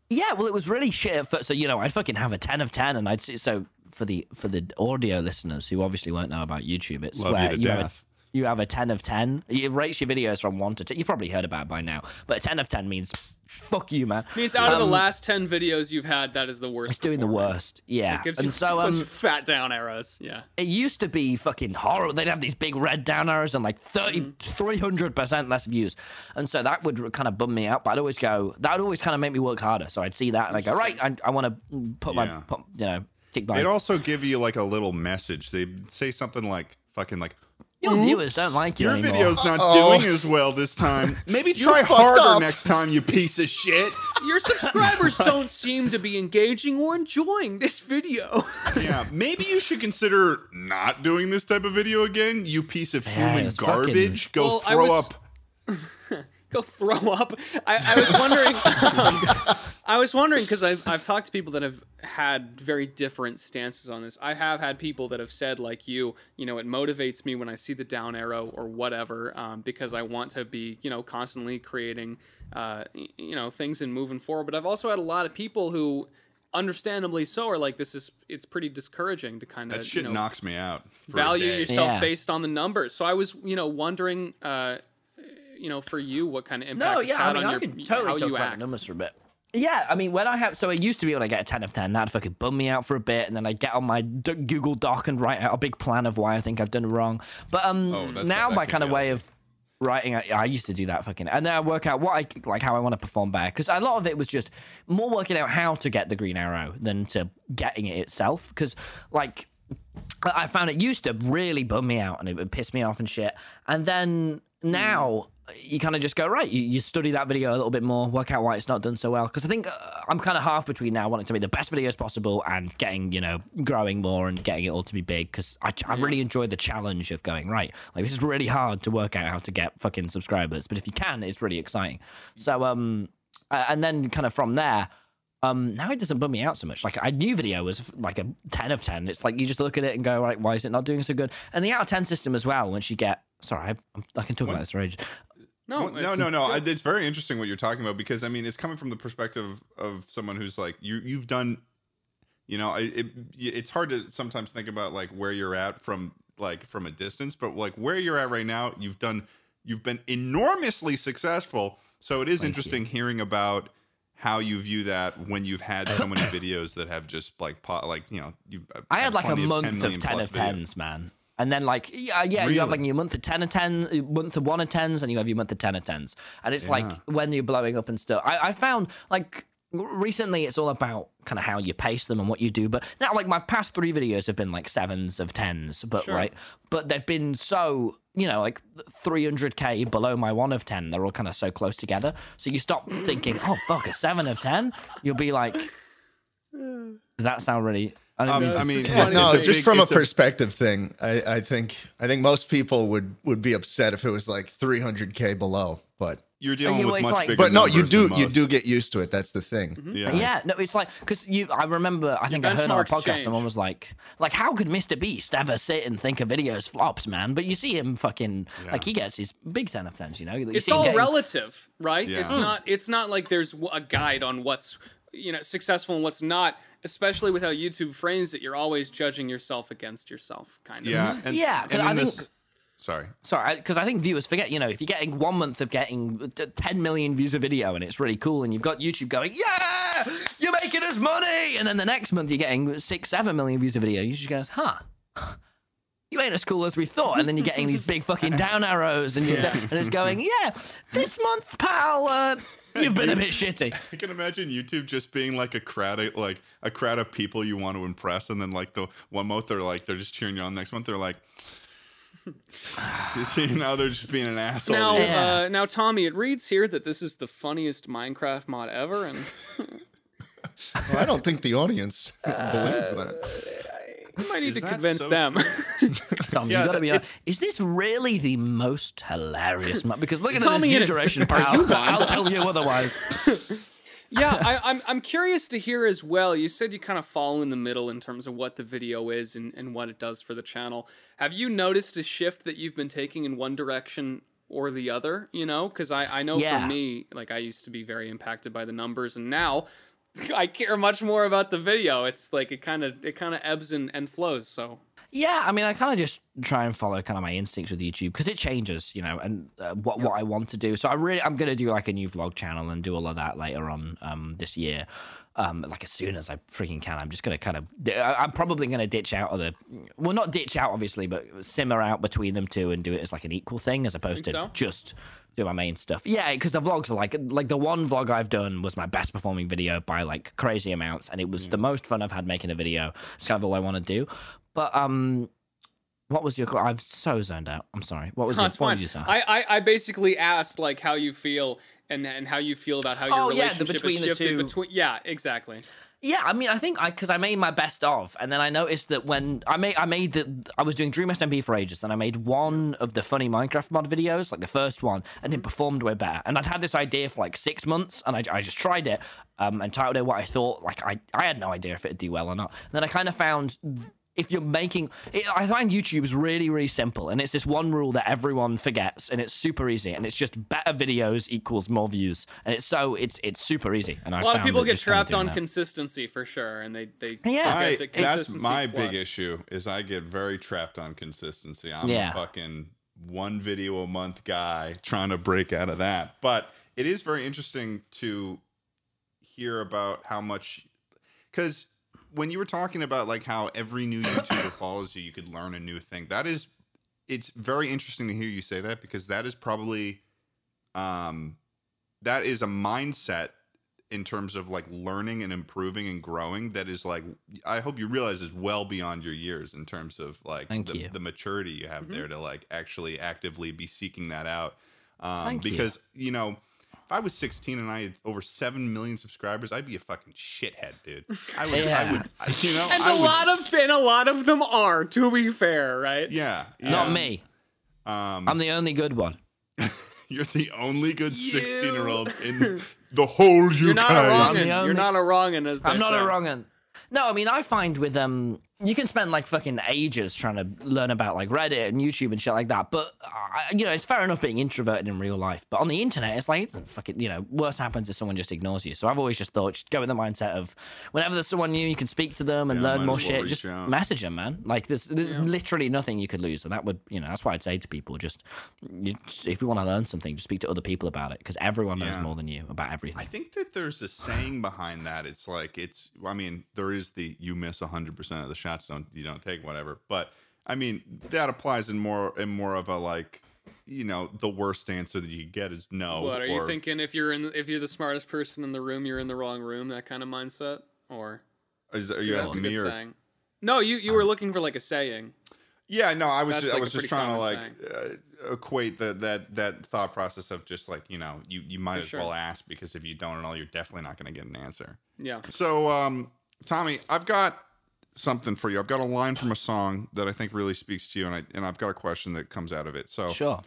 Yeah, well, it was really shit at first. So you know, I'd fucking have a ten of ten, and I'd see, so for the for the audio listeners who obviously won't know about YouTube, it's Love you where to you, have a, death. you have a ten of ten. It rates your videos from one to ten. You've probably heard about it by now, but a ten of ten means fuck you, man. Um, means out of the last ten videos you've had, that is the worst. It's doing the performing. worst. Yeah, Gives you and so a bunch um, of fat down arrows. Yeah. it used to be fucking horrible. They'd have these big red down arrows and like Mm. 30, 300% less views. And so that would kind of bum me out. But I'd always go, that would always kind of make me work harder. So I'd see that and I'd go, right, I, I want to put my, Yeah. put, you know, kick my. They'd also give you like a little message. They would say something like, "Fucking like." Your viewers don't like you Your anymore. video's not Uh-oh. doing as well this time. Maybe You try fucked harder up. next time, you piece of shit. Your subscribers don't seem to be engaging or enjoying this video. Yeah, maybe you should consider not doing this type of video again, you piece of human it's fucking- garbage. Go Well, I throw was- up. Go throw up. I, I was wondering. I was wondering because I've I've talked to people that have had very different stances on this. I have had people that have said like you, you know, it motivates me when I see the down arrow or whatever, um, because I want to be, you know, constantly creating, uh, y- you know, things and moving forward. But I've also had a lot of people who, understandably so, are like this is it's pretty discouraging to kind of That shit uh, you know, knocks me out. for a value day. yourself Yeah. based on the numbers. So I was, you know, wondering, uh, you know, for you, what kind of impact No, it's yeah, I had mean, on I your can how totally talk you about the act. numbers for a bit. Yeah, I mean, when I have, so it used to be when I get a 10 of 10, that'd fucking bum me out for a bit, and then I'd get on my d- Google Doc and write out a big plan of why I think I've done wrong. But um, Oh, that's now what that my could kind of be way of writing, I, I used to do that fucking, and then I work out what I, like how I want to perform better, because a lot of it was just more working out how to get the green arrow than to getting it itself, because like, I I found it used to really bum me out and it would piss me off and shit. And then now you kind of just go right. You, you study that video a little bit more, work out why it's not done so well. Because I think uh, I'm kind of half between now wanting to make the best videos possible and getting you know growing more and getting it all to be big. Because I, I really enjoy the challenge of going right. Like this is really hard to work out how to get fucking subscribers, but if you can, it's really exciting. So um, uh, and then kind of from there um now it doesn't bum me out so much like a new video was like a 10 of 10 it's like you just look at it and go right why is it not doing so good and the out of 10 system as well once you get sorry i, I'm- I can talk about this for ages No, Well, no, it's- no, no. I, it's very interesting what you're talking about because I mean, it's coming from the perspective of someone who's like you. You've done, you know, it, it, it's hard to sometimes think about like where you're at from like from a distance, but like where you're at right now, you've done, you've been enormously successful. So it is interesting hearing about how you view that when you've had so many videos that have just like pot, like you know, you've uh, i had like a plenty month of 10 million of, plus videos. 10s man and then like yeah, yeah you have like Really? your month of 10 of 10 month of 1 of 10s and you have your month of 10 of 10s and it's like when you're blowing up and stuff i, I found like recently it's all about kind of how you pace them and what you do but now like my past three videos have been like sevens of tens but right but they've been so you know like 300k below my one of 10 they're all kind of so close together so you stop thinking oh fuck a seven of 10 you'll be like that sound really I don't Um, mean, to- I mean, Yeah, it's no, a just big- from a it's perspective thing, I, I think I think most people would would be upset if it was like 300k below, but You're dealing you with always much like- bigger. but no, you numbers than do you most. do get used to it. That's the thing. Yeah. Yeah, no, it's like because you. I remember, I think I heard on a benchmarks podcast change. someone was like, "Like, how could Mr. Beast ever sit and think of videos flops, man?" But you see him fucking like he gets his big ten of tens, you know. You it's see him all getting- relative, right? Yeah. It's Mm. not. It's not like there's w- a guide on what's you know successful and what's not. Especially with how YouTube frames it, you're always judging yourself against yourself, kind of. Yeah. And, Mm-hmm. Yeah, 'cause and I in think- this Sorry. Sorry, because I think viewers forget. You know, if you're getting one month of getting t- 10 million views a video and it's really cool, and you've got YouTube going, yeah, you're making us money, and then the next month you're getting six, seven million views a video, you just goes, huh. You ain't as cool as we thought, and then you're getting these big fucking down arrows, and you're da- and it's going, yeah, this month, pal, uh, you've been a bit shitty. I can imagine YouTube just being like a crowd of like a crowd of people you want to impress, and then like the one month they're like they're just cheering you on. Next month they're like, you see, now they're just being an asshole. Now, to you. Yeah. uh, now, Tommy, it reads here that this is the funniest Minecraft mod ever, and Well, I don't think the audience believes that. you might need Is to that convince so them. Tom, Yeah, you got to be that- like, is this really the most hilarious? Mo-? Because looking at Tell this me view it- duration, pal, I'll tell you otherwise. yeah, I, I'm I'm curious to hear as well. You said you kind of fall in the middle in terms of what the video is and, and what it does for the channel. Have you noticed a shift that you've been taking in one direction or the other? You know, because I I know Yeah. for me, like I used to be very impacted by the numbers, and now. I care much more about the video. It's like it kind of it kind of ebbs and, and flows. So Yeah, I mean, I kind of just try and follow kind of my instincts with YouTube because it changes, you know, and uh, what what I want to do. So I really, I'm gonna do like a new vlog channel and do all of that later on um, this year, um, like as soon as I freaking can. I'm just gonna kind of, I'm probably gonna ditch out of the, well, not ditch out obviously, but simmer out between them two and do it as like an equal thing as opposed to Think so? just do my main stuff. Yeah, because the vlogs are like like the one vlog I've done was my best performing video by like crazy amounts, and it was the most fun I've had making a video. It's kind of all I want to do. But um, what was your? que- I've so zoned out. I'm sorry. What was No, your? it's What fine. did you say? I, I I basically asked like how you feel and and how you feel about how your Oh, yeah, the relationship between has the shifted two. between. Yeah, exactly. Yeah, I mean, I think I because I made my best of, and then I noticed that when I made I made the I was doing Dream SMP for ages, and I made one of the funny Minecraft mod videos, like the first one, and Mm. it performed way better. And I'd had this idea for like six months, and I, I just tried it, um, and titled it what I thought. Like I I had no idea if it'd do well or not. And then I kind of found. If you're making, it, I find YouTube's really, really simple, and it's this one rule that everyone forgets, and it's super easy, and it's just better videos equals more views, and it's so it's it's super easy. And I A lot of found people that get just kinda trapped doing on that. consistency for sure, and they they Yeah. forget I, the that's consistency my big plus. issue is I get very trapped on consistency. I'm Yeah. a fucking one video a month guy trying to break out of that. But it is very interesting to hear about how much because when you were talking about like how every new YouTuber follows you, you could learn a new thing. That is it's very interesting to hear you say that because that is probably um that is a mindset in terms of like learning and improving and growing that is like i hope you realize is well beyond your years in terms of like Thank the, you. the maturity you have there to like actually actively be seeking that out um Thank you. because you. know if I was 16 and I had over 7 million subscribers, I'd be a fucking shithead, dude. I would, I Yeah. would, I- you know, And I a would- lot of and a lot of them are, to be fair, right? yeah, Not yeah. me. Um, I'm the only good one. You're the only good You. 16 year old in the whole UK. You're not a I'm the wrongin. You're only- not a wrongin. As they I'm not say. a wrong un. No, I mean I find with um you can spend like fucking ages trying to learn about like Reddit and YouTube and shit like that, but uh, you know it's fair enough being introverted in real life, but on the internet it's like it's fucking you know worse happens if someone just ignores you. So I've always just thought just go with the mindset of whenever there's someone new you can speak to them and Yeah, learn might more as well shit, reach just out. message them, man. Like there's there's literally nothing you could lose, and that would you know that's why I'd say to people just you, if you want to learn something, just speak to other people about it because everyone knows Yeah. more than you about everything. I think that there's a saying behind that. It's like it's. I mean, there is the you miss 100 percent of the shots don't you don't take whatever. But I mean that applies in more in more of a like, you know, the worst answer that you get is no. What are you Oh, or- thinking? If you're in, if you're the smartest person in the room, you're in the wrong room. That kind of mindset, or Is, are you that's a asking good me or? saying. No, you you were looking for like a saying. Yeah, no, I was That's just, I like a was just pretty trying to like common uh, equate the, that that thought process of just like you know you you might For as sure. well ask because if you don't at all, you're definitely not going to get an answer. Yeah. So, um, Tommy, I've got something for you. I've got a line from a song that I think really speaks to you, and I and I've got a question that comes out of it. So, Sure.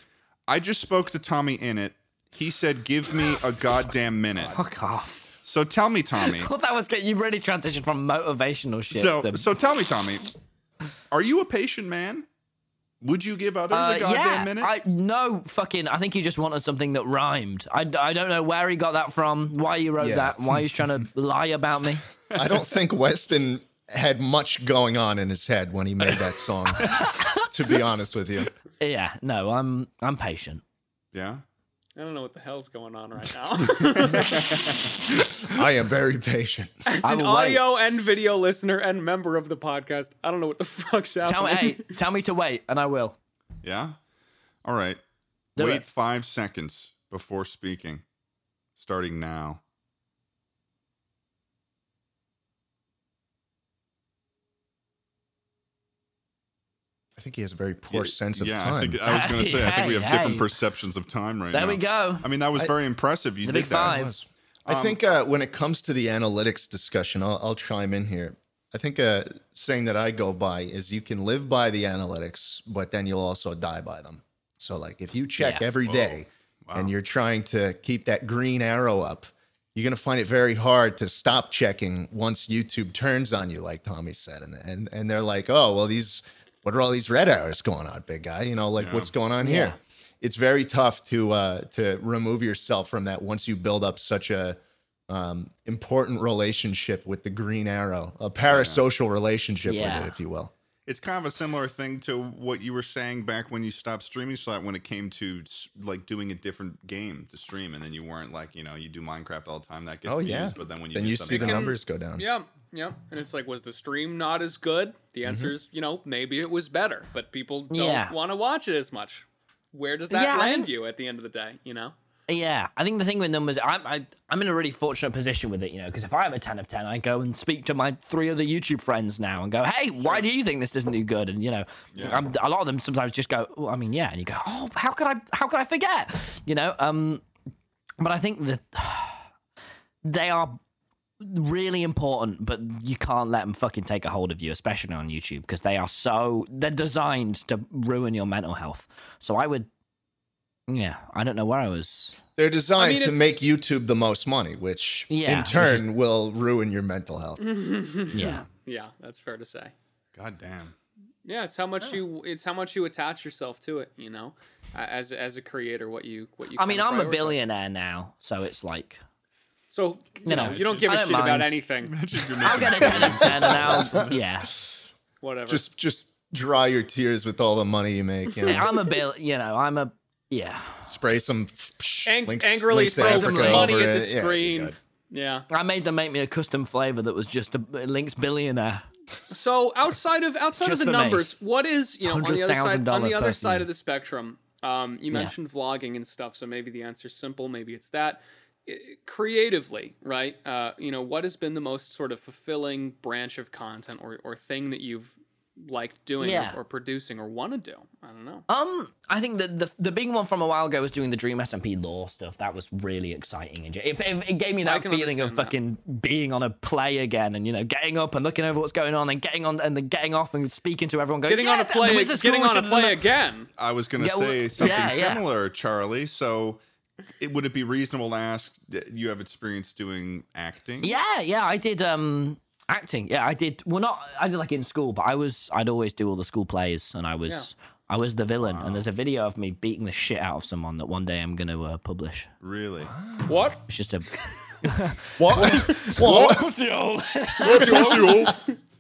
I just spoke to Tommy in it. He said, "Give me a goddamn minute." Fuck off. So tell me, Tommy. Well, that was good. You really transitioned from motivational shit. So to, so tell me, Tommy. Are you a patient man? Would you give others Uh, a goddamn yeah, minute? I, no fucking. I think he just wanted something that rhymed. I, I don't know where he got that from, why he wrote Yeah. that, why he's trying to lie about me. I don't think Weston had much going on in his head when he made that song. to be honest with you, Yeah, no, I'm I'm patient. Yeah. I don't know what the hell's going on right now. I am very patient. As I an will wait. audio and video listener and member of the podcast, I don't know what the fuck's happening. Tell me, hey, tell me to wait, and I will. Yeah. All right. Do Wait it. five seconds before speaking. Starting now. I think he has a very poor sense of yeah, I, time. think, I was going to say, I think we have Hey, different hey. perceptions of time right There now. we go. I mean, that was very impressive. You The did big that. It five. was. I think uh, when it comes to the analytics discussion, I'll, I'll chime in here. I think a saying that I go by is you can live by the analytics, but then you'll also die by them. So, like, if you check Yeah. every day and you're trying to keep that green arrow up, you're going to find it very hard to stop checking once YouTube turns on you, like Tommy said. And, and, and they're like, oh, well, these, what are all these red arrows going on, big guy? You know, like, what's going on here? it's very tough to uh, to remove yourself from that once you build up such a um, important relationship with the green arrow, a parasocial relationship Yeah. with it, if you will. It's kind of a similar thing to what you were saying back when you stopped streaming slot when it came to s- like doing a different game to stream, and then you weren't like you know you do Minecraft all the time that gets Oh views, yeah. but then when you then do you see something the else- numbers go down. Yeah, yeah. And it's like, was the stream not as good? The answer is, you know, maybe it was better, but people don't Mm-hmm. Yeah. want to watch it as much. Where does that Yeah, I land think- you at the end of the day? You know, Yeah, I think the thing with numbers, I'm I, I'm in a really fortunate position with it, you know, because if I have a ten of ten, I go and speak to my three other YouTube friends now and go, hey, why do you think this doesn't do good? And you know, I'm, a lot of them sometimes just go, well, I mean, yeah, and you go, oh, how could I, how could I forget? You know, um, but I think that they are really important, but you can't let them fucking take a hold of you, especially on YouTube, because they are so they're designed to ruin your mental health. So I would, yeah, I don't know where I was. They're designed I to mean, it's- make YouTube the most money, which Yeah, in which turn will ruin your mental health. Mm-hmm. Yeah. yeah, that's fair to say. God damn. Yeah, it's how much you it's how much you attach yourself to it. You know, A- as as a creator, what you what you. I mean, kinda I'm a prioritize. billionaire now, so it's like So you know, know, you don't give I a don't shit about mind. anything. I'll get a ten of ten, and I'll yeah. Whatever. Just just dry your tears with all the money you make. You know? I'm a bill, you know, I'm a yeah. Spray some Ang- links, angrily links to throw Africa money over at the it. Yeah, you're screen. good. yeah. I made them make me a custom flavor that was just a Link's billionaire. So outside of outside of Just the for me. numbers, what is you know on the other side on $100,000 the other per side view. of the spectrum? Um, you mentioned vlogging and stuff, so maybe the answer's simple. Maybe it's that I- creatively, right? Uh, you know, what has been the most sort of fulfilling branch of content or or thing that you've liked doing or- Yeah. or, producing or want to do? I don't know. Um, I think that the the big one from a while ago was doing the Dream SMP law stuff. That was really exciting, and ju- it, it, it gave me that can feeling of understand that. fucking being on a play again, and you know, getting up and looking over what's going on, and getting on and then getting off and speaking to everyone, going Getting "Yeah, on a that- the play, Wizards getting School on a should've play done that." again. I was going to Yeah, well, say something yeah, yeah. similar, Charlie. So, it, would it be reasonable to ask that you have experience doing acting? Yeah, yeah, I did um acting. Yeah, I did. Well, not I did like in school, but I was I'd always do all the school plays, and I was I was the villain. And there's a video of me beating the shit out of someone that one day I'm gonna uh, publish. Really? What? It's just a What? what? pussy hole.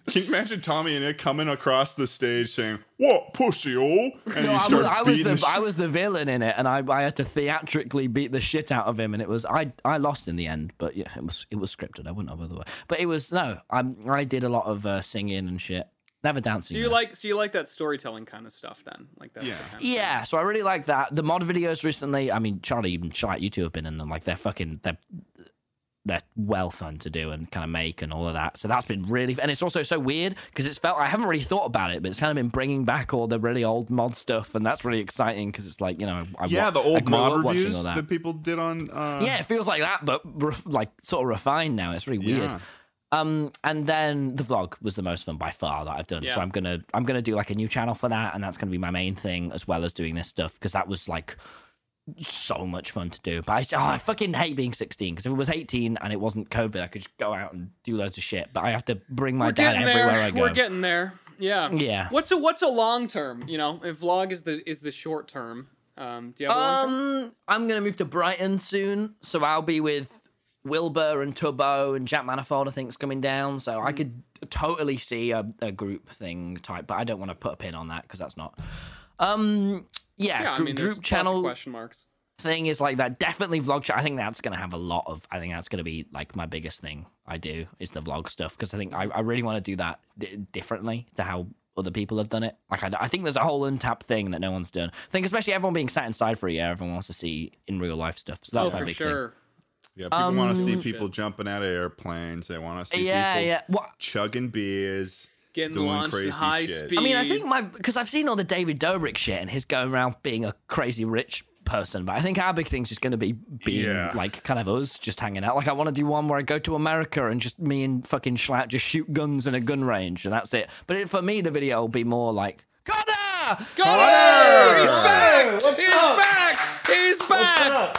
Can you imagine Tommy and it coming across the stage saying, What pussy hole? And No, you I start was, I was beating the, the I was the villain in it, and I, I had to theatrically beat the shit out of him, and it was I I lost in the end, but yeah, it was it was scripted. I wouldn't have otherwise. But it was no, I I did a lot of uh, singing and shit, never dancing. Do you though. like so you like that storytelling kind of stuff then? Like that's Yeah. The kind of Yeah, so I really like that. The mod videos recently, I mean, Charlie, even Charlie, you two have been in them. Like they're fucking, they're they're well fun to do and kind of make and all of that. So that's been really, and it's also so weird because it's felt I haven't really thought about it, but it's kind of been bringing back all the really old mod stuff, and that's really exciting because it's like you know, I, Yeah, wa- the I old grew mod up watching reviews all that. that. people did on. Uh, yeah, it feels like that, but ref, like sort of refined now. It's really weird. Yeah. Um, and then the vlog was the most fun by far that I've done. Yeah. So I'm gonna I'm gonna do like a new channel for that, and that's gonna be my main thing as well as doing this stuff because that was like so much fun to do. But I s- oh, I fucking hate being 16 because if it was 18 and it wasn't COVID, I could just go out and do loads of shit. But I have to bring my We're dad getting everywhere there. I go. We're getting there. Yeah. Yeah. What's a what's a long term? You know, if vlog is the is the short term. Um, do you have a long term? Um, I'm gonna move to Brighton soon, so I'll be with Wilbur and Tubbo and Jack Manifold. I think's coming down, so Hmm. I could totally see a, a group thing type, but I don't want to put a pin on that because that's not. Um, yeah, Yeah, I gr- mean, there's group lots of channel question marks. thing is like that. Definitely vlog channel. I think that's gonna have a lot of. I think that's gonna be like my biggest thing I do is the vlog stuff because I think I, I really want to do that d- differently to how other people have done it. Like I, I think there's a whole untapped thing that no one's done. I think especially everyone being sat inside for a year, everyone wants to see in real life stuff. So that's oh, my for big sure. Yeah, people want to see people jumping out of airplanes. They want to thing. see um, Yeah, people yeah. What chugging beers, Getting doing launched crazy at high shit. speed. I mean, I think my because I've seen all the David Dobrik shit and his going around being a crazy rich person, but I think our big thing's just going to be being Yeah. like kind of us just hanging out. Like I want to do one where I go to America and just me and fucking Schlatt just shoot guns in a gun range and that's it. But it, for me, the video will be more like Connor. Connor! He's back! Hey, what's He's up? back! He's back!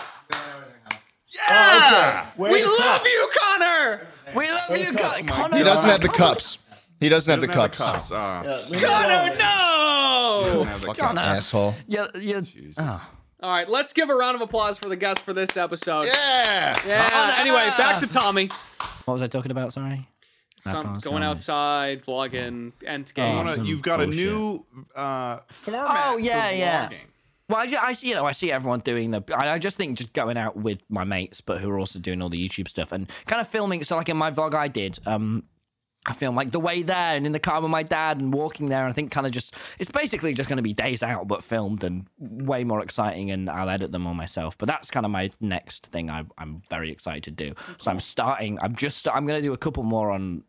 Yeah! We love you, Connor! We love you, cups, Con- Mike. Connor. He doesn't have the Connor- cups. He doesn't have the Doesn't have cups. the cups. Ah, Connor, no! doesn't have the cups. Fucking asshole. Yeah, yeah. Oh. All right, let's give a round of applause for the guest for this episode. Yeah. Yeah, Anyway, back Ah. to Tommy. What was I talking about? Sorry. Some Applause, going Tommy. Oh, outside, vlogging, end game. You wanna- Some you've got a bullshit. new uh, format. Oh, yeah, for yeah. vlogging. Well, I, ju- I see, you know, I see everyone doing the. I, I just think just going out with my mates, but who are also doing all the YouTube stuff and kind of filming. So, like in my vlog, I did. Um, I film like the way there and in the car with my dad and walking there. And I think kind of just it's basically just going to be days out, but filmed and way more exciting. And I'll edit them all myself. But that's kind of my next thing. I, I'm very excited to do. So I'm starting. I'm just. I'm going to do a couple more on.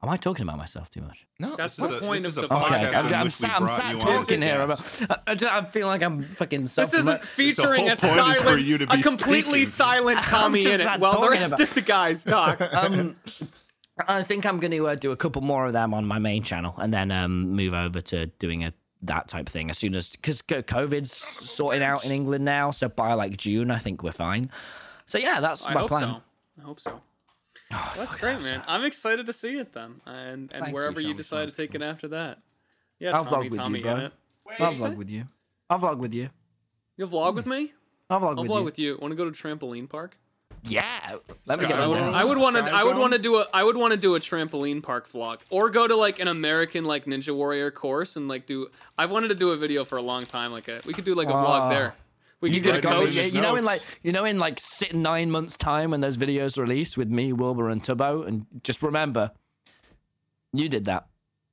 Am I talking about myself too much? No. That's the This is a, point this is of a the podcast. podcast. Okay, I'm, in which I'm we sat, I'm Oh, brought sat you on as a talking here. guest. About, I, I just- I feel like I'm fucking. This isn't featuring whole point a is for silent, you to a be completely speaking. silent Tommy just in it not while the talking rest about- of the guys talk. um, I think I'm going to uh, do a couple more of them on my main channel, and then um, move over to doing a that type of thing as soon as because COVID's sorting out in England now. So by like June, I think we're fine. So yeah, that's I my hope plan. Oh, so. I hope so. That's great, man. I'm excited to see it then, and and you, wherever you, Tommy. decide to take it after that. Yeah, I'll Tommy, vlog with you, Tommy, bro. in it. I'll vlog with you. I'll vlog with you. You'll vlog with me. I'll vlog, I'll Hmm. with, vlog you. with you. Want to go to trampoline park? Yeah, let me Sky get that Road. down. I would want to. Sky I would Zone? want to do a. I would want to do a trampoline park vlog, or go to like an American like Ninja Warrior course and like do. I've wanted to do a video for a long time. Like a, we could do like a vlog Ah. there. We You could just write down get a go. coach. his You, you know, in like notes. you know, in like sit nine months' time when those videos released with me, Wilbur, and Tubbo, and just remember, you did that.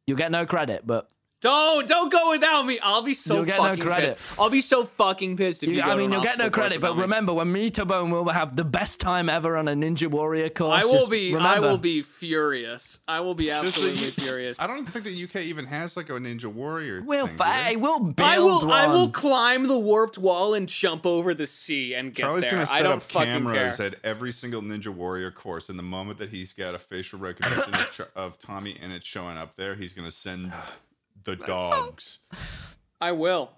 You'll get no credit, but Don't don't go without me. I'll be so You'll get no fucking credit. pissed. I'll be so fucking pissed if you. You, go I to mean, an you'll get no obstacle course credit, but without me. remember when me, Tubbo, and Will have the best time ever on a Ninja Warrior course. I will just be. I remember. will be furious. I will be This absolutely is- furious. I don't think the UK even has like a Ninja Warrior. We'll thing, do they? fight. We'll build I will. One. I will climb the warped wall and jump over the sea and get Charlie's there. gonna I set don't up fucking cameras care. at every single Ninja Warrior course, and the moment that he's got a facial recognition of, Ch- of Tommy and it's showing up there, he's gonna send the dogs. I will.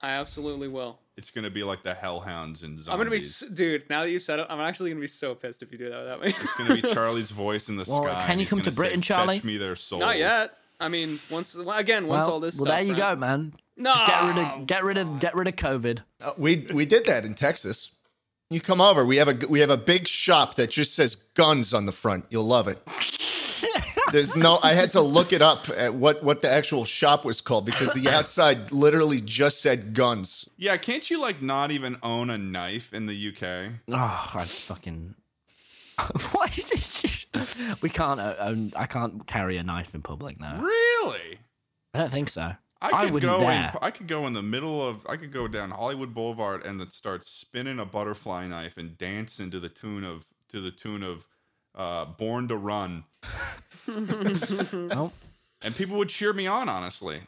I absolutely will. It's gonna be like the Hellhounds and zombies. I'm gonna be, s dude. Now that you have said it, I'm actually gonna be so pissed if you do that without me. It's gonna be Charlie's voice in the Well, sky. can and you he's come to gonna say, Britain, Charlie? Fetch me their souls. Not yet. I mean, once well, again, once Well, all this. well, stuff there you go, man. No. Just get rid of, get rid of, get rid of COVID. Uh, we we did that in Texas. You come over. We have a we have a big shop that just says guns on the front. You'll love it. There's no. I had to look it up at what what the actual shop was called because the outside literally just said guns. Yeah, can't you like not even own a knife in the UK? Oh, I fucking. Why did you? We can't. uh, Own, I can't carry a knife in public now. Really? I don't think so. I could wouldn't go. dare. In, I could go in the middle of. I could go down Hollywood Boulevard and then start spinning a butterfly knife and dancing to the tune of to the tune of uh, "Born to Run," Mm. Nope. and people would cheer me on, honestly.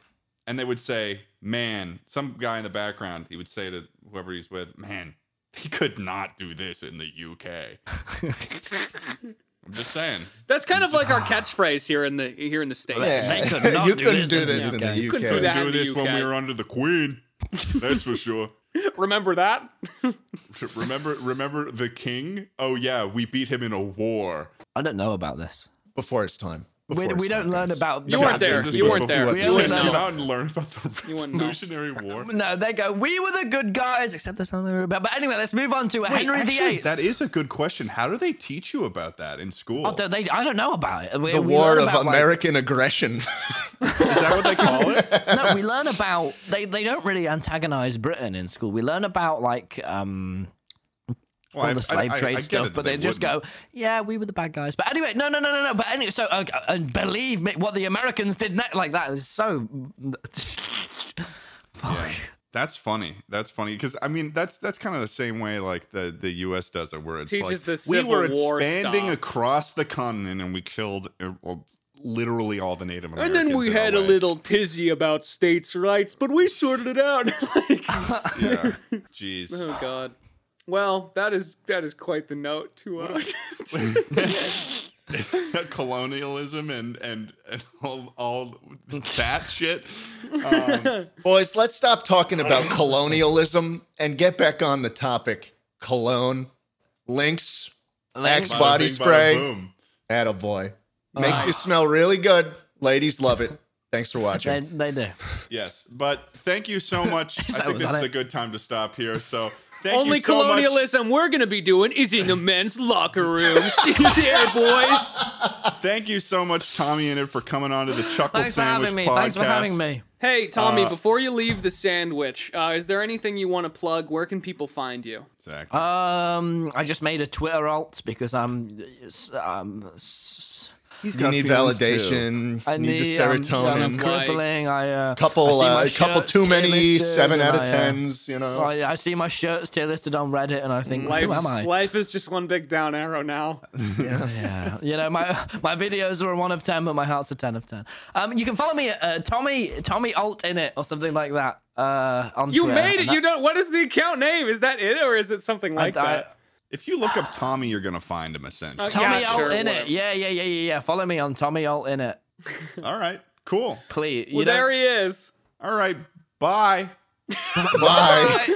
And they would say, "Man," some guy in the background. He would say to whoever he's with, "Man, he could not do this in the UK." I'm just saying. That's kind of like our catchphrase here in the here in the states. They could not you do couldn't this do in the this in UK. the UK. Couldn't do that. Do in the this when UK. we were under the Queen. That's for sure. Remember that? Remember, remember the king? Oh yeah, we beat him in a war. I don't know about this. Before it's time. We, Before it's we don't time, learn guys. about. You the weren't bad there. things This You was weren't before- there. You You You weren't did know. there. not learn about the You wouldn't know. Revolutionary War. No, they go, we were the good guys, except there's something about. But anyway, let's move on to Henry VIII. That is a good question. How do they teach you about that in school? oh, don't they, I don't know about it. We, The we War learn of about, like- American Aggression. Is that what they call it? no, we learn about they, they don't really antagonize Britain in school. We learn about like um Well, all the slave trade stuff, but they, just go, yeah, we were the bad guys. But anyway, no, no, no, no, no. But anyway, so uh, and believe me, what the Americans did next, like that is so. Fuck. That's funny. That's funny because I mean that's that's kind of the same way like the the U.S. does it, where it's Teaches like the we were Civil War expanding stuff. across the continent and we killed uh, well, literally all the Native And Americans. then we in had a LA. little tizzy about states' rights, but we sorted it out. Like, Yeah. Jeez. oh God. Well, that is that is quite the note to uh, colonialism and and and all, all that shit. Boys, let's stop talking about colonialism and get back on the topic. Cologne, links, Axe Bada body bing, bada spray. boom. Attaboy. Makes you smell really good. Ladies love it. Thanks for watching. They, they do. Yes, but thank you so much. I think was this on is it. a good time to stop here. So thank Only you so much. colonialism we're gonna be doing is in the men's locker room. See you there, boys. Thank you so much, Tommy, and it for coming on to the Chuckle Thanks for Sandwich having me. podcast. Thanks for having me. Hey, Tommy, before you leave the sandwich, uh, is there anything you want to plug? Where can people find you? Exactly. Um, I just made a Twitter alt because I'm. s- um, s- He's you need feelings validation. I you need, the um, serotonin. I'm crippling. Likes. I uh, couple, I see my uh, couple shirts too many tear-listed seven and out of I, uh, tens. You know. I, I see my shirts tier listed on Reddit, and I think, who Life's, am I? life is just one big down arrow now. Yeah, you know my my videos are a one of ten, but my heart's a ten of ten. Um, you can follow me at uh, Tommy Tommy Alt in it or something like that. Uh, on You Twitter. made it. And You that- uh, don't. What is the account name? Is that it, or is it something like I- that? If you look up Tommy, you're gonna find him essentially. Okay. Tommy Yeah, Alt sure, in it. whatever. Yeah, yeah, yeah, yeah, yeah. Follow me on Tommy Alt in it, All right. Cool. please. well, you don't- there he is. All right. Bye. Bye.